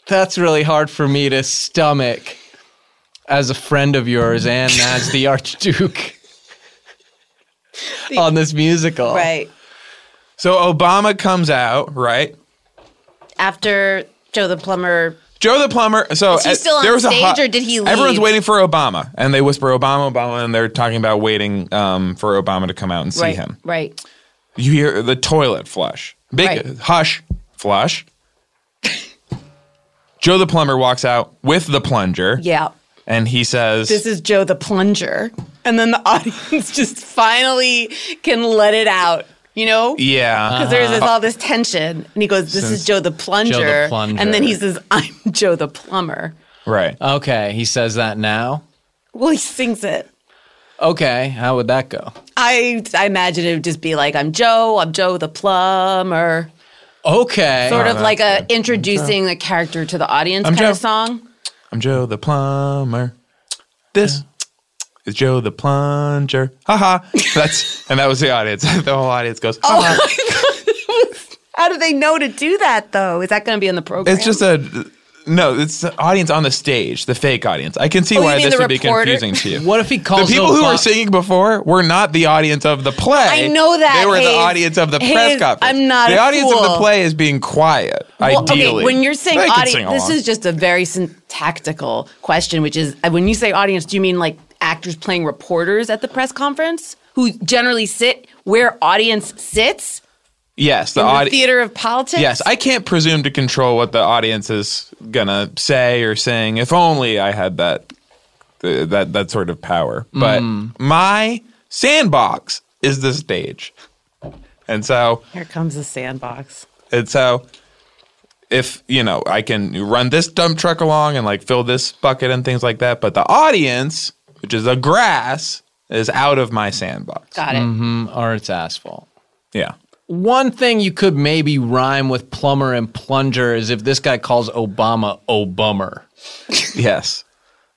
S2: That's really hard for me to stomach as a friend of yours and as the Archduke on this musical.
S6: right
S3: so Obama comes out right
S6: after Joe the plumber.
S3: Joe the plumber. So
S6: Is he
S3: uh,
S6: still on
S3: there was a
S6: stage
S3: hot-
S6: or did he leave?
S3: Everyone's waiting for Obama, and they whisper Obama, Obama, and they're talking about waiting um, for Obama to come out and see
S6: right.
S3: him.
S6: Right.
S3: You hear the toilet flush. Big
S6: Right.
S3: hush flush. Joe the plumber walks out with the plunger.
S6: Yeah.
S3: and he says,
S6: this is Joe the plunger. And then the audience just finally can let it out, you know? Because
S3: "Yeah."
S6: there's this, all this tension. And he goes, This is Joe the plunger.
S2: plunger.
S6: And then he says, I'm Joe the plumber.
S3: Right.
S2: Okay, he says that now.
S6: Well, he sings it.
S2: Okay, how would that go?
S6: I, I imagine it would just be like, I'm Joe, I'm Joe the plumber.
S2: Okay.
S6: Sort of
S3: Oh, that's
S6: like a introducing the character to the audience
S3: I'm
S6: kind of
S3: Joe.
S6: song.
S3: I'm Joe the plumber. This is Joe the plunger. Ha ha. That's and that was the audience. the whole audience goes, "Ha
S6: Oh.
S3: ha."
S6: How do they know to do that though? Is that going to be in the program?
S3: It's just a no. It's the audience on the stage, the fake audience. I can see
S6: Oh, you
S3: why
S6: mean
S3: this
S6: the
S3: would be
S6: reporter?
S3: confusing to you.
S2: what if he
S3: The
S2: calls
S3: people
S2: Obama?
S3: who were singing before were not the audience of the play.
S6: I know that,
S3: they were the
S6: Hayes.
S3: audience of the press
S6: Hayes,
S3: conference.
S6: I'm not
S3: The
S6: a
S3: audience of the
S6: fool.
S3: play is being quiet.
S6: Well,
S3: ideally,
S6: okay, when you're saying
S3: They can
S6: audience,
S3: sing
S6: this
S3: along.
S6: is just a very syntactical question, which is uh, when you say audience, do you mean like actors playing reporters at the press conference who generally sit where audience sits
S3: yes, the
S6: in the
S3: audience.
S6: theater of politics?
S3: Yes, I can't presume to control what the audience is gonna say or sing. If only I had that th- that that sort of power. But my sandbox is the stage, and so
S6: Here comes the sandbox.
S3: and so if you know I can run this dump truck along and like fill this bucket and things like that, but the audience, which is the grass, is out of my sandbox.
S6: Got it.
S2: or it's asphalt.
S3: Yeah.
S2: One thing you could maybe rhyme with plumber and plunger is if this guy calls Obama oh bummer.
S3: Yes.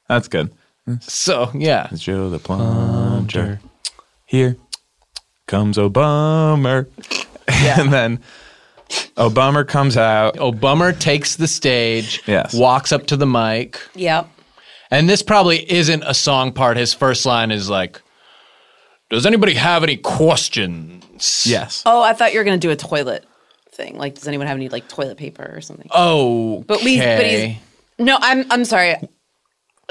S3: That's good.
S2: So yeah.
S3: It's Joe the plunger. Here comes Obama. and then Obama
S6: Oh,
S3: comes out.
S2: Obama takes the stage,
S3: Yes.
S2: walks up to the mic,
S6: Yep.
S2: And this probably isn't a song part. His first line is like, Does anybody have any questions?
S3: Yes.
S6: Oh, I thought you were gonna do a toilet thing. Like, does anyone have any like toilet paper or something?
S2: Oh,
S6: but we, but he's no. I'm I'm sorry.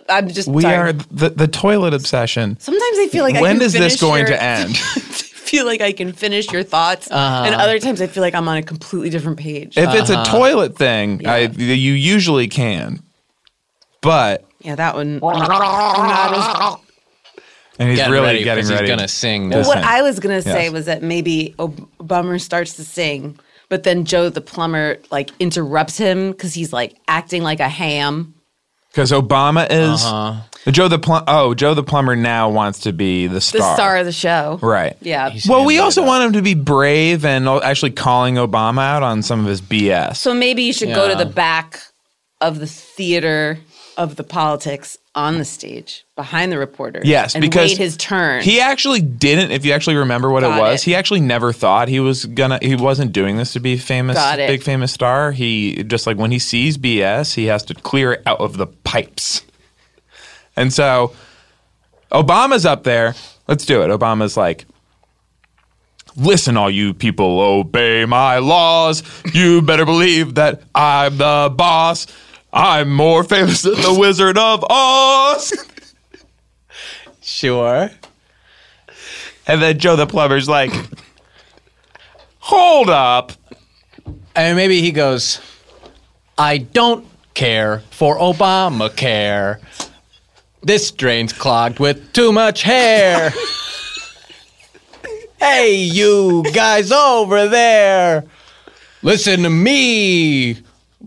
S6: I'm just
S3: we
S6: sorry.
S3: are the, the toilet obsession.
S6: Sometimes I feel like I
S3: when
S6: can
S3: is this
S6: finish
S3: going
S6: your-
S3: to end?
S6: I feel like I can finish your thoughts,
S3: Uh-huh.
S6: and other times I feel like I'm on a completely different page.
S3: if it's
S6: Uh-huh.
S3: a toilet thing, I you usually can. But
S6: yeah, that one.
S3: and he's really getting
S2: 'cause
S3: ready.
S2: He's gonna sing.
S6: Well,
S2: this.
S6: what I was gonna say
S3: Yes.
S6: was that maybe Ob- Bummer starts to sing, but then Joe the plumber like interrupts him because he's like acting like a ham.
S3: Because Obama is Joe the plum- oh Joe the plumber now wants to be the
S6: Uh-huh. The
S3: star.
S6: star, of the show.
S3: right?
S6: Yeah.
S3: Well, we also want him to be brave and actually calling Obama out on some of his BS.
S6: so maybe you should go to the back of the theater of the politics on the stage behind the reporter.
S3: Yes,
S6: and
S3: because
S6: wait his turn.
S3: He actually didn't. If you actually remember what
S6: Got
S3: it was,
S6: it.
S3: he actually never thought he was gonna. He wasn't doing this to be famous,
S6: Got it.
S3: big famous star. He just like when he sees BS, he has to clear it out of the pipes. And so, Obama's up there. Let's do it. Obama's like. Listen, all you people, obey my laws. You better believe that I'm the boss. I'm more famous than the Wizard of Oz.
S2: sure.
S3: And then Joe the plumber's like, "Hold up,
S2: And maybe he goes, I don't care for Obamacare. This drain's clogged with too much hair. hey, you guys over there. Listen to me.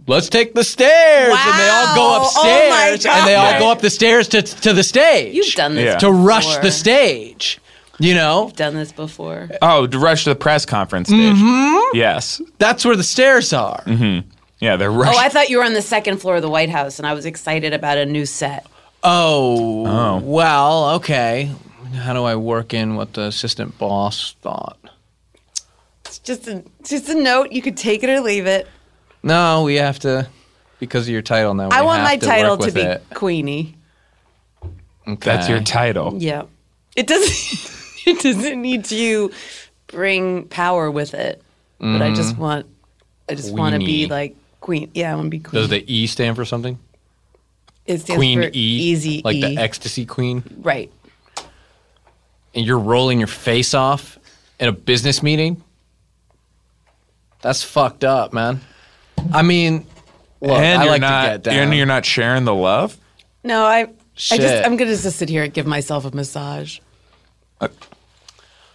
S2: Let's take the stairs. And they all
S6: Wow. Oh
S2: go
S6: my
S2: upstairs. and they all
S6: God.
S2: go up the stairs to, to the stage.
S6: You've done this
S3: Yeah.
S2: to rush
S6: before.
S2: the stage. You know?
S6: Done this before.
S3: oh, to rush to the press conference stage."
S6: Mm-hmm.
S3: Yes,
S2: That's where the stairs are.
S3: yeah, they're
S6: Oh, I
S3: rushing.
S6: thought you were on the second floor of the White House, and I was excited about a new set.
S2: Oh,
S3: Oh.
S2: well, okay. How do I work in what the assistant boss thought?
S6: It's just a just a note. You could take it or leave it.
S2: No, we have to because of your title now. We
S6: I want
S2: have
S6: my
S2: to
S6: title
S2: work
S6: to
S2: with
S6: be
S2: it.
S6: Queenie.
S3: That's your
S2: Okay.
S3: title.
S6: Yeah, it doesn't. it doesn't need to bring power with it. But I just want. I just want to be
S2: Mm-hmm. Queenie.
S6: like queen. Yeah, I want to be queen.
S2: Does the E stand for something?
S6: it stands
S2: Queen
S6: for
S2: E,
S6: Easy
S2: like
S6: E.
S2: the ecstasy queen,
S6: Right.
S2: and you're rolling your face off in a business meeting. That's fucked up, man. I mean, look,
S3: and
S2: I
S3: you're
S2: like
S3: not,
S2: to get down.
S3: and you're not sharing the love.
S6: No, I. I
S2: Shit.
S6: just. I'm gonna just sit here and give myself a massage.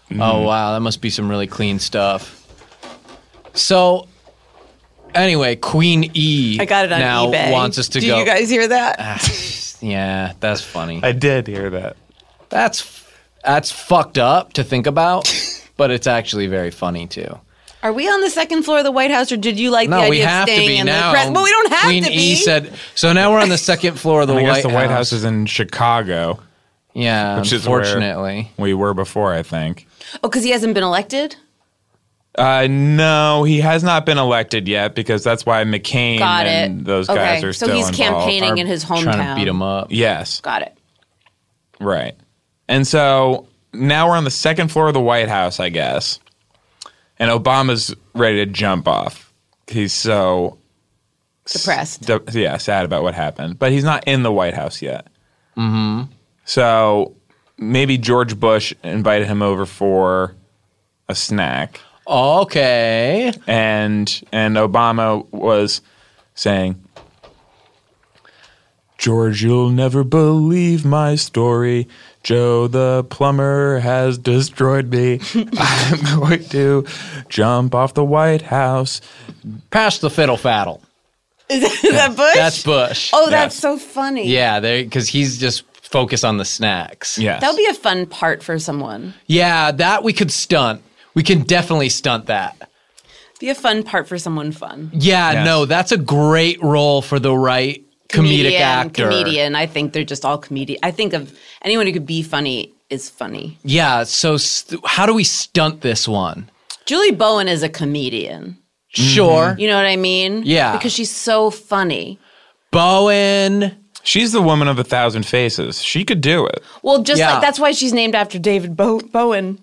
S3: Mm-hmm.
S2: Oh wow, that must be some really clean stuff. So, anyway, Queen E.
S6: I got it on
S2: now
S6: eBay.
S2: wants us to
S6: Do
S2: go.
S6: you guys hear that?
S2: yeah, that's funny.
S3: I did hear that.
S2: That's that's fucked up to think about, but it's actually very funny too.
S6: Are we on the second floor of the White House, or did you like the
S2: No,
S6: idea
S2: we have
S6: of
S2: to
S6: staying
S2: be
S6: in
S2: now.
S6: the press? Well, we don't have
S2: Queen
S6: to be.
S2: E said. So now we're on the second floor of the,
S3: I
S2: White,
S3: guess the White House. is in Chicago.
S2: yeah,
S3: which is where-
S2: unfortunately.
S3: We were before, I think.
S6: Oh, because he hasn't been elected.
S3: Uh, no, he has not been elected yet because that's why McCain
S6: Got
S3: and
S6: it.
S3: those
S6: okay.
S3: guys are
S6: so
S3: still
S6: he's
S3: involved.
S6: campaigning
S2: Are
S6: in his hometown.
S2: trying to beat him up.
S3: Yes.
S6: Got it.
S3: Right. And so now we're on the second floor of the White House, I guess. And Obama's ready to jump off. He's so
S6: Depressed.
S3: de- yeah, sad about what happened. But he's not in the White House yet. Mm-hmm. So maybe George Bush invited him over for a snack
S2: Okay.
S3: and and Obama was saying, "George, you'll never believe my story. Joe the plumber has destroyed me. I'm going to jump off the White House."
S2: Pass the fiddle faddle.
S6: Is that, is that Bush?
S2: That's Bush.
S6: Oh, that's
S3: Yes.
S6: so funny.
S2: Yeah, they because he's just focused on the snacks.
S3: Yes,
S6: That would be a fun part for someone.
S2: Yeah, that we could stunt. We can definitely stunt that.
S6: Be a fun part for someone fun.
S2: Yeah,
S3: Yes.
S2: no, that's a great role for the right comedic
S6: Comedian,
S2: actor.
S6: Comedian. I think they're just all comedian. I think of anyone who could be funny is funny.
S2: Yeah, so st- how do we stunt this one?
S6: Julie Bowen is a comedian.
S3: Mm-hmm.
S2: Sure.
S6: You know what I mean?
S2: Yeah.
S6: Because she's so funny.
S2: Bowen.
S3: She's the woman of a thousand faces. She could do it.
S6: Well, just
S2: Yeah.
S6: like that's why she's named after David Bo- Bowen.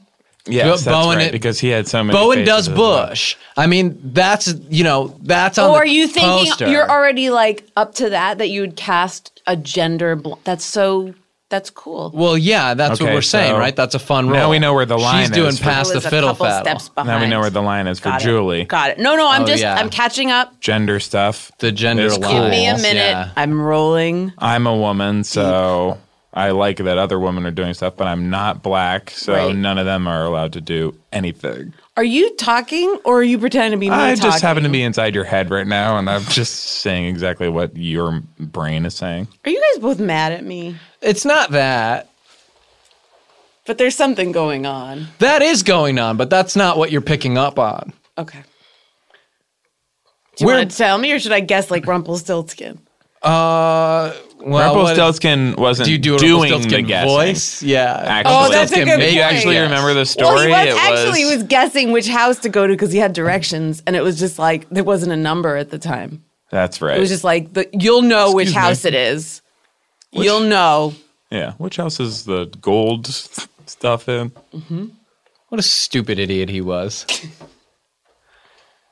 S3: Yes, that's
S2: Bowen
S3: right,
S2: it-
S3: because he had so many.
S2: Bowen
S3: faces
S2: does
S3: as well.
S2: Bush. I mean, that's you know, that's on.
S6: Or
S2: the
S6: are you thinking
S2: poster.
S6: you're already like up to that that you would cast a gender? Bl- that's so. That's cool.
S2: Well, yeah, that's what
S3: Okay,
S2: we're saying,
S3: so
S2: right? That's a fun role.
S3: now we know where the line
S2: She's doing
S3: is for-
S2: past
S6: It
S2: the
S6: was a
S2: fiddle
S6: couple
S2: faddle.
S6: steps behind.
S3: Now we know where the line is for
S6: Got it.
S3: Julie.
S6: Got it. No, no, I'm
S2: Oh,
S6: just
S2: yeah.
S6: I'm catching up.
S3: Gender stuff.
S2: The gender
S3: is
S2: line.
S6: Give
S3: cool.
S6: me a minute.
S2: Yeah.
S6: I'm rolling.
S3: I'm a woman, so I like that other women are doing stuff, but I'm not black, so
S6: Right.
S3: none of them are allowed to do anything.
S6: Are you talking or are you pretending to be me
S3: I just
S6: talking?
S3: happen to be inside your head right now, and I'm just saying exactly what your brain is saying.
S6: Are you guys both mad at me?
S2: It's not that.
S6: But there's something going on.
S2: That is going on, but that's not what you're picking up on.
S6: Okay. Do you
S2: We're-
S6: want to tell me or should I guess like Rumpelstiltskin?
S2: Uh, well, what-
S3: Rumpelstiltskin wasn't
S2: do you do a
S3: doing the
S2: Rumpelstiltskin
S3: guessing.
S2: voice? Yeah.
S3: Actually,
S6: Oh, that's a
S2: Rumpelstiltskin
S6: good
S2: made
S3: if you
S2: the
S6: point.
S3: actually
S2: guess.
S3: remember the story,
S6: well, he was
S3: it
S6: actually he was guessing which house to go to because he had directions and it was just like there wasn't a number at the time.
S3: That's right.
S6: It was just like the, you'll know which
S3: Excuse me.
S6: house it is. You'll know.
S3: yeah. Which house is the gold stuff in?
S2: What a stupid idiot he was.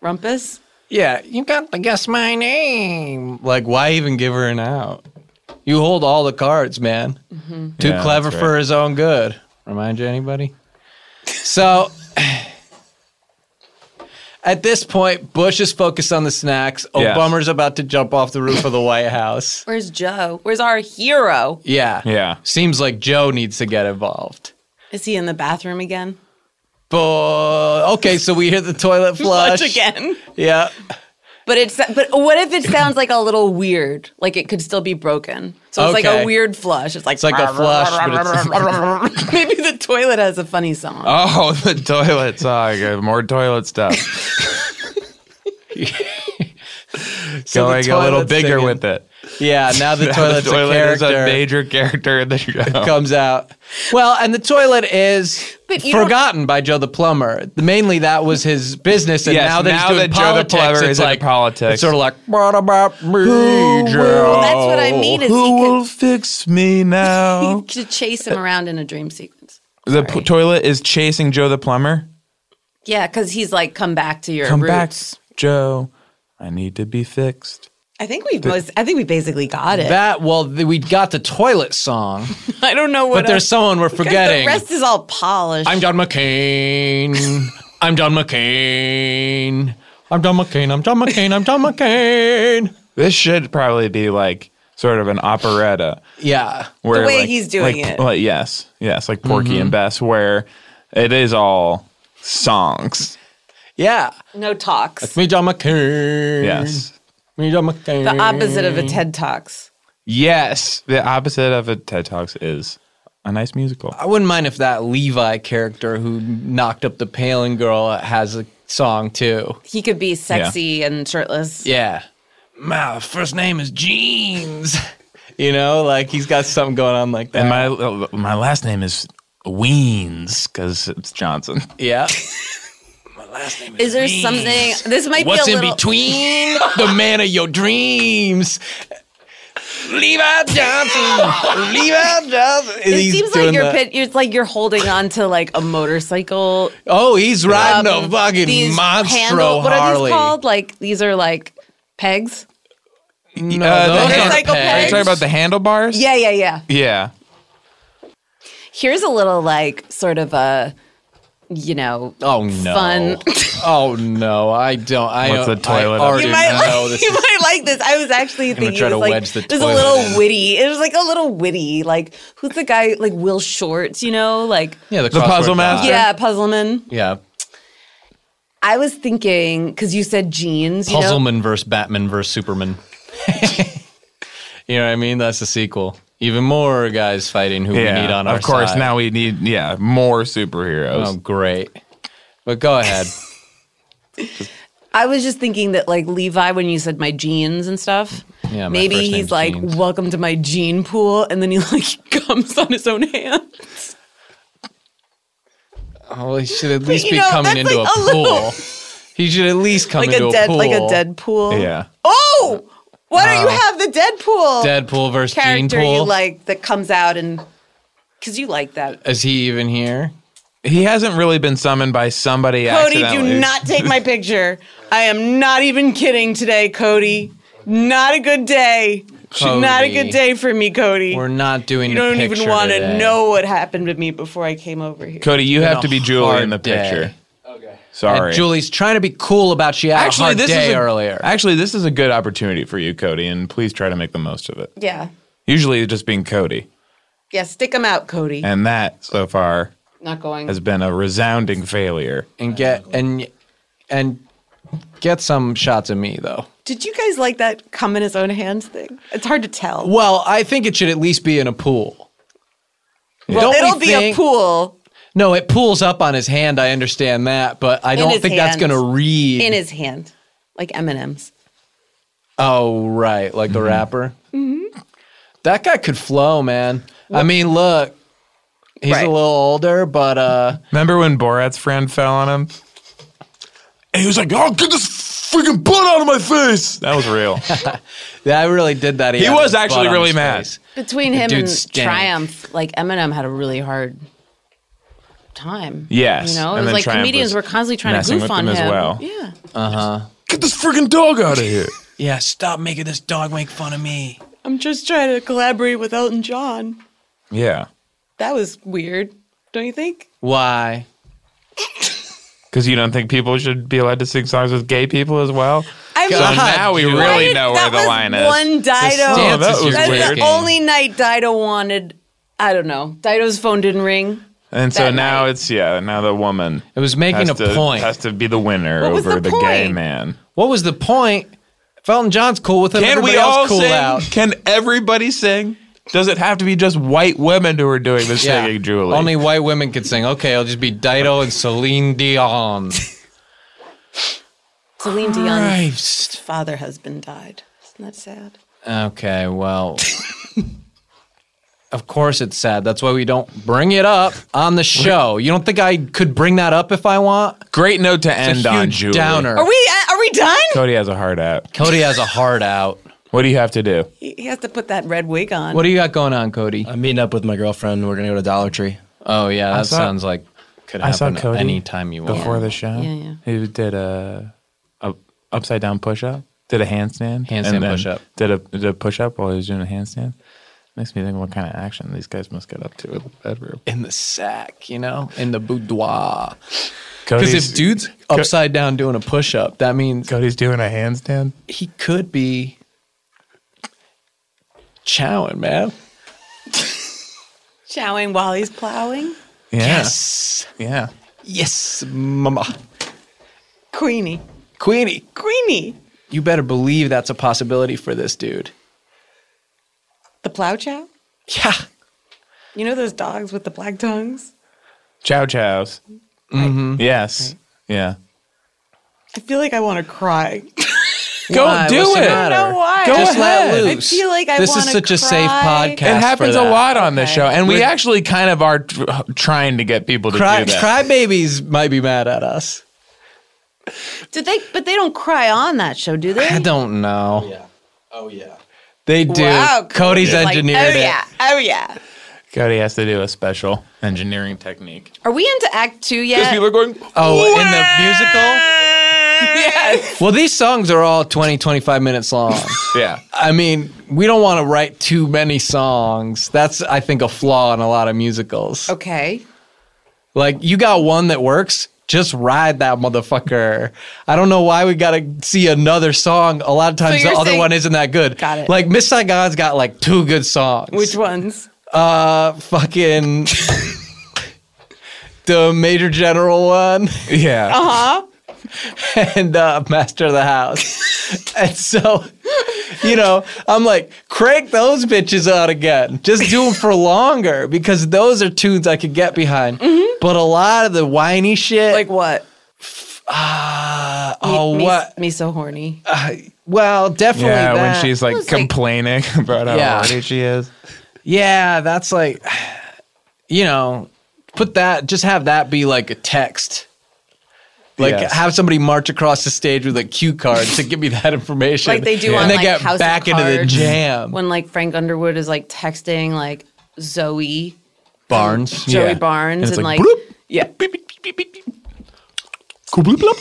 S6: Rumpus?
S2: Yeah, you got to guess my name. Like, why even give her an out? You hold all the cards, man. Too
S3: Yeah, that's
S2: clever
S3: right.
S2: for his own good. Remind you, anybody? So, at this point, Bush is focused on the snacks.
S3: Yes.
S2: Obama's about to jump off the roof of the White House.
S6: Where's Joe? Where's our hero?
S2: Yeah.
S3: Yeah.
S2: Seems like Joe needs to get involved.
S6: Is he in the bathroom again?
S2: But, okay, so we hear the toilet flush.
S6: Flush again.
S2: Yeah.
S6: But it's but what if it sounds like a little weird? Like it could still be broken. So it's like
S2: Okay.
S6: a weird flush. It's like
S2: It's like a flush, but it's
S6: maybe the toilet has a funny song.
S3: Oh, the toilet song. Uh, More toilet stuff.
S2: the
S3: Going a little
S2: toilet's
S3: bigger
S2: singing.
S3: with it.
S2: Yeah, now the toilet's
S3: the toilet
S2: a
S3: is
S2: character.
S3: a major character in the show.
S2: comes out. Well, and the toilet is
S6: But you don't-
S2: forgotten by Joe the plumber. Mainly that was his business, and
S3: Yes,
S2: now that
S3: now
S2: he's doing
S3: that Joe the
S2: politics,
S3: plumber
S2: it's
S3: is into
S2: like
S3: politics.
S2: It's sort of like what about me,
S6: Well,
S2: Joe?
S6: that's what I mean. Is
S3: Who
S6: he
S3: will fix me now?
S6: could, he could chase him around in a dream sequence.
S3: the p- toilet is chasing Joe the plumber.
S6: Yeah, because he's like, come back to your
S3: Come back,
S6: roots.
S3: Joe. I need to be fixed.
S6: I think we've most. I think we basically got it.
S2: That well, th- we got the toilet song,
S6: I don't know what.
S2: but there's
S6: else-
S2: someone we're
S6: 'cause
S2: forgetting.
S6: The rest is all polished.
S2: I'm John McCain. I'm John McCain. I'm John McCain. I'm John McCain. I'm John McCain.
S3: This should probably be like sort of an operetta.
S2: Yeah.
S3: Where
S6: way
S3: like-
S6: he's doing
S3: like-
S6: it.
S3: like, yes, yes, like Porky
S2: Mm-hmm.
S3: and Bess, where it is all songs.
S2: Yeah.
S6: no talks.
S2: Me, John McCain.
S3: Yes.
S2: Me, John McCain.
S6: The opposite of a TED Talks.
S3: Yes, the opposite of a TED Talks is a nice musical.
S2: I wouldn't mind if that Levi character who knocked up the Palin girl has a song too.
S6: He could be sexy and shirtless.
S2: Yeah. My first name is Jeans. you know, like he's got something going on like that.
S3: And my uh, my last name is Weens because it's Johnson.
S2: yeah.
S6: Is there something? This might
S2: What's
S6: be a
S2: in
S6: little.
S2: between? the man of your dreams. Levi Johnson. Levi Johnson.
S6: It seems like you're pit, it's like you're holding on to like a motorcycle.
S2: Oh, he's riding
S6: um,
S2: a fucking
S6: these
S2: monstro
S6: handle- What are
S2: Harley.
S6: these called? Like these are like pegs.
S3: No,
S2: those
S6: aren't
S3: Uh,
S6: Motorcycle pegs.
S3: Are you talking about the handlebars?
S6: Yeah, yeah, yeah.
S3: Yeah.
S6: Here's a little like sort of a, you know,
S2: Oh no!
S6: fun.
S2: Oh no! I don't. I
S3: What's the
S2: I
S3: toilet
S2: already
S6: You might,
S2: know
S6: like,
S2: this
S6: you
S2: is-
S6: might like this. I was actually thinking
S2: try
S6: it was
S2: to
S6: like
S2: wedge the
S6: it was a
S2: toilet
S6: little
S2: in.
S6: witty. It was like a little witty. Like who's the guy? Like Will Shorts, you know? Like
S2: yeah, the,
S3: The
S2: crossword
S3: puzzle
S2: guy.
S3: master?
S6: yeah, Puzzleman.
S2: Yeah,
S6: I was thinking because you said jeans. You know?
S2: Puzzleman versus Batman versus Superman. you know what I mean? That's the sequel. Even more guys fighting who
S3: Yeah.
S2: we need on our
S3: of course,
S2: side.
S3: now we need yeah more superheroes.
S2: Oh, great! But go ahead.
S6: I was just thinking that like Levi, when you said my jeans and stuff,
S2: Yeah, my
S6: maybe
S2: first
S6: he's
S2: name's
S6: like,
S2: Jeans.
S6: "Welcome to my gene pool," and then he like comes on his own hand.
S2: oh, he should at least
S6: you
S2: be
S6: know,
S2: coming
S6: that's
S2: into a,
S6: like a
S2: pool.
S6: little-
S2: he should at least come
S6: like
S2: into
S6: a dead,
S2: pool. Uh,
S6: like a dead pool.
S3: Yeah.
S6: Oh, Why don't you have the Deadpool
S2: Deadpool versus Gene
S6: character you
S2: Pool.
S6: like that comes out and because you like that.
S2: Is he even here?
S3: He hasn't really been summoned by somebody.
S6: Cody,
S3: accidentally.
S6: do not take my picture. I am not even kidding today, Cody. Not a good day. Not a good day for me, Cody.
S2: We're not doing.
S6: you don't even want to know what happened to me before I came over here.
S3: Cody, you have to be Julie
S2: hard
S3: in the
S2: day.
S3: picture. Okay. Sorry.
S2: Julie's trying to be cool about she had a
S3: Actually,
S2: hard
S3: this
S2: day
S3: is a,
S2: earlier.
S3: Actually, this is a good opportunity for you, Cody, and please try to make the most of it.
S6: Yeah.
S3: Usually, it's just being Cody,
S6: Yeah, stick them out, Cody.
S3: and that so far
S6: Not going.
S3: has been a resounding failure.
S2: and get and and get some shots of me though.
S6: Did you guys like that come in his own hands thing? It's hard to tell.
S2: Well, I think it should at least be in a pool.
S6: Well,
S2: Don't we
S6: it'll be
S2: think-
S6: a pool
S2: No, it pulls up on his hand. I understand that, but I don't
S6: his
S2: think that's
S6: hand.
S2: going to read.
S6: in his hand, like M&M's.
S2: Oh, right. Like
S3: Mm-hmm.
S2: the rapper.
S6: Mm-hmm.
S2: That guy could flow, man. I mean, look, he's
S6: Right.
S2: a little older, but uh,
S3: Remember when Borat's friend fell on him? And he was like, "Oh, get this freaking butt out of my face!" That was real.
S2: I really did that.
S3: He
S2: had
S3: was
S2: his butt
S3: actually
S2: on
S3: really
S2: his
S3: mad.
S2: face.
S6: Between him
S2: dude
S6: and
S2: stank.
S6: Triumph, like Eminem had a really hard time.
S3: Yes,
S6: You know,
S3: and
S6: it was
S3: then
S6: like
S3: Triumph
S6: comedians
S3: was
S6: were constantly trying to
S3: messing
S6: goof
S3: with
S6: on
S3: them as
S6: him.
S3: well.
S6: Yeah.
S3: get this freaking dog out of here.
S2: Yeah, stop making this dog make fun of me.
S6: I'm just trying to collaborate with Elton John.
S3: yeah,
S6: That was weird, don't you think?
S2: Why?
S3: because you don't think people should be allowed to sing songs with gay people as well.
S6: I mean,
S3: So now we
S6: why
S3: really
S6: did-
S3: know where
S6: that
S3: the
S6: was
S3: line is.
S6: One Dido.
S2: stance
S3: Oh, that was
S6: That's
S3: weird.
S6: the only night Dido wanted. I don't know. Dido's phone didn't ring.
S3: And so
S6: that
S3: now
S6: night.
S3: it's yeah. Now the woman
S2: It was making
S3: has
S2: a
S3: to,
S2: point.
S3: has to be the winner
S6: What was
S3: over the,
S6: the
S3: gay
S6: point?
S3: man.
S2: What was the point? Felton John's cool with him.
S3: Can
S2: Everybody
S3: we
S2: else
S3: all
S2: cool
S3: sing?
S2: out.
S3: Can everybody sing? Does it have to be just white women who are doing the
S2: Yeah.
S3: singing, Julie?
S2: Only white women could sing. Okay, I'll just be Dido and Celine Dion.
S6: Celine Dion's
S2: Christ.
S6: father husband died. Isn't that sad?
S2: Okay, well, of course it's sad. That's why we don't bring it up on the show. You don't think I could bring that up if I want?
S3: great note to end on,
S2: Huge
S3: Julie.
S2: downer.
S6: Are we? uh, Are we done?
S3: Cody has a heart out.
S2: Cody has a heart out.
S3: What do you have to do?
S6: He, he has to put that red wig on.
S2: What do you got going on, Cody?
S4: I'm meeting up with my girlfriend. We're gonna go to Dollar Tree.
S2: Oh yeah, that
S3: saw-
S2: sounds like could
S3: I saw
S2: happen
S3: Cody
S2: anytime you want.
S3: Before the show,
S6: Yeah, yeah.
S3: he did a, a upside down push up, did a handstand,
S2: Handstand
S3: and then
S2: push-up.
S3: did a did a push up while he was doing a handstand. Makes me think what kind of action these guys must get up to in the bedroom.
S2: in the sack, you know, in the boudoir. Because
S3: Cody's-
S2: if dude's upside down doing a push up, that means
S3: Cody's doing a handstand.
S2: he could be chowing, man.
S6: Chowing while he's plowing.
S3: Yeah.
S2: Yes.
S3: Yeah.
S2: Yes, mama.
S6: Queenie.
S2: Queenie,
S6: Queenie.
S2: you better believe that's a possibility for this dude.
S6: The plow chow.
S2: Yeah.
S6: You know those dogs with the black tongues?
S3: Chow chows. Mm-hmm. Yes. Yeah.
S6: I feel like I want to cry.
S3: Go
S2: Why?
S3: do
S2: What's the
S3: it.
S2: matter?
S6: I don't know why.
S3: Go
S6: I-
S2: Just let
S3: ahead.
S2: loose.
S6: I feel like I
S2: This is
S6: wanna
S2: such a safe
S6: cry.
S2: podcast.
S3: It happens a lot on this
S6: Okay.
S3: show, and we actually kind of are tr- trying to get people to
S2: Cry,
S3: do that.
S2: crybabies might be mad at us.
S6: Did they? But they don't cry on that show, do they?
S2: I don't know.
S4: Yeah. Oh yeah.
S2: They do.
S6: Wow,
S2: Cody's
S6: Cody's like,
S2: engineered
S6: oh
S2: it.
S6: yeah. Oh yeah.
S3: Cody has to do a special engineering technique.
S6: Are we into Act Two yet?
S3: people are going,
S2: Oh, in the musical?
S6: yes.
S2: Well, these songs are all 20, 25 minutes long.
S3: yeah.
S2: I mean, we don't want to write too many songs. That's, I think, a flaw in a lot of musicals.
S6: Okay.
S2: Like, you got one that works, just ride that motherfucker. I don't know why we got to see another song. A lot of times
S6: you're
S2: the other
S6: saying-
S2: one isn't that good.
S6: Got it.
S2: Like, Miss Saigon's got like two good songs.
S6: Which ones?
S2: Uh, fucking. the Major General one.
S3: Yeah.
S2: Uh-huh. and uh, master of the house. and so, you know, I'm like, crank those bitches out again. Just do them for longer because those are tunes I could get behind. But a lot of the whiny shit,
S6: Mm-hmm. Like
S2: like,
S6: what?
S2: oh,
S6: me,
S2: what?
S6: Me so horny.
S2: Well, definitely.
S3: Yeah, when
S2: that.
S3: she's like
S6: was like-
S3: complaining about how
S2: Yeah.
S3: horny she is.
S2: Yeah, that's like, you know, put that, just have that be like a text. Like
S7: Yes.
S2: have somebody march across the stage with a cue card to give me that information.
S6: like they do on
S2: and
S6: like
S2: then get
S6: House of
S2: back into the
S6: Cards,
S2: jam.
S6: when like Frank Underwood is like texting like Zoe
S2: Barnes.
S6: Joey
S2: Yeah.
S6: Barnes and,
S2: it's
S6: like,
S2: like, bloop.
S6: yeah
S3: And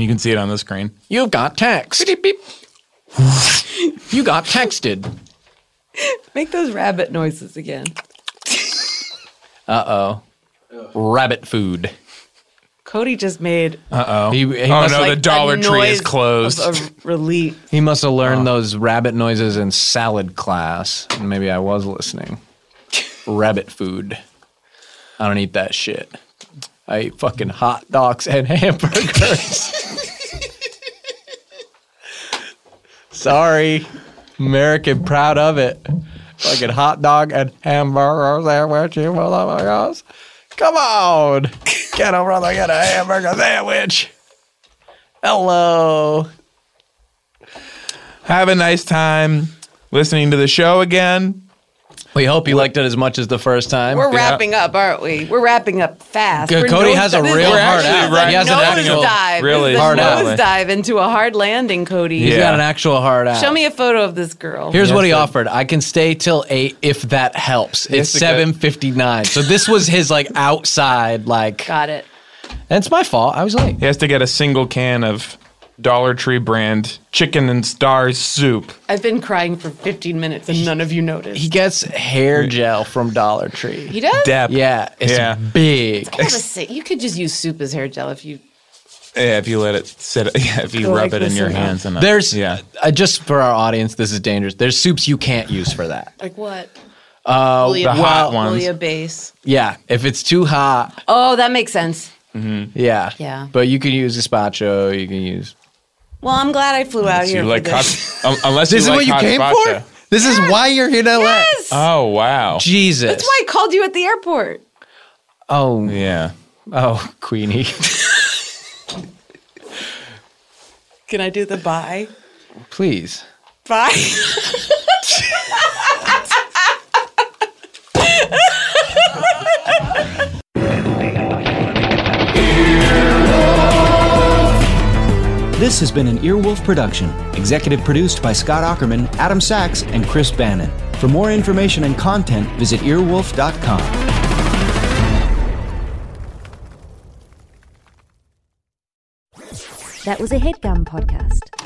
S3: you can see it on the screen.
S2: You've got text. you got texted.
S6: make those rabbit noises again
S2: Rabbit food.
S6: Cody just made
S2: He, he
S3: Oh
S2: must,
S3: no,
S6: like,
S3: the Dollar
S6: a
S3: Tree
S6: noise
S3: is closed.
S6: of a relief
S2: he must have learned those rabbit noises in salad class. And Maybe I was listening. rabbit food. I don't eat that shit. I eat fucking hot dogs and hamburgers. Sorry. American proud of it. Fucking hot dog and hamburger sandwich, you motherfuckers. Come on. Get a brother, get a hamburger sandwich. Hello.
S3: Have a nice time listening to the show again.
S2: We hope you liked it as much as the first time.
S6: we're wrapping up aren't we we're wrapping up fast
S2: Good.
S6: We're
S2: Cody
S6: nose-
S2: has a
S6: this
S2: real
S6: is
S2: hard
S6: actually
S2: out.
S6: the
S2: He has an
S6: nose
S2: actual
S6: dive.
S3: really
S6: This is
S2: hard
S6: the
S2: out.
S6: nose dive into a hard landing Cody
S2: He's
S3: Yeah.
S2: got an actual hard out.
S6: show me a photo of this girl
S2: Here's what he offered. I can stay till eight if that helps. It's
S3: Jessica.
S2: seven fifty nine. So this was his like outside like.
S6: got it
S2: That's my fault. I was late.
S3: He has to get a single can of Dollar Tree brand chicken and stars soup.
S6: I've been crying for 15 minutes and none of you noticed
S2: He gets hair gel from Dollar Tree.
S6: he does
S3: Dep.
S2: Yeah, it's
S3: Yeah.
S2: big.
S6: Kind of a si- you could just use soup as hair gel if you
S3: Yeah, if you let it sit. Yeah, if you
S6: Go
S3: rub
S6: like
S3: it in
S6: this
S3: your
S6: and that.
S3: hands and
S2: There's
S3: yeah.
S2: uh, just for our audience. This is dangerous. There's soups you can't use for that.
S6: like what. Uh,
S3: the hot ones.
S6: base.
S2: Yeah, if it's too hot,
S6: Oh, that makes sense.
S2: Yeah.
S6: Yeah.
S2: But you can use gazpacho. You can use.
S6: Well, I'm glad I flew out
S3: So
S6: here.
S3: you
S6: for
S3: like hot,
S6: this.
S3: um, unless you like hot vodka.
S2: This is why you're here to let.
S6: Yes,
S3: Oh wow.
S2: Jesus.
S6: that's why I called you at the airport.
S2: Oh,
S3: Yeah.
S2: oh, Queenie.
S6: Can I do the bye?
S2: Please.
S6: Bye.
S8: This has been an Earwolf production, executive produced by Scott Ackerman, Adam Sachs, and Chris Bannon. For more information and content, visit earwolf.com.
S1: That was a headgum podcast.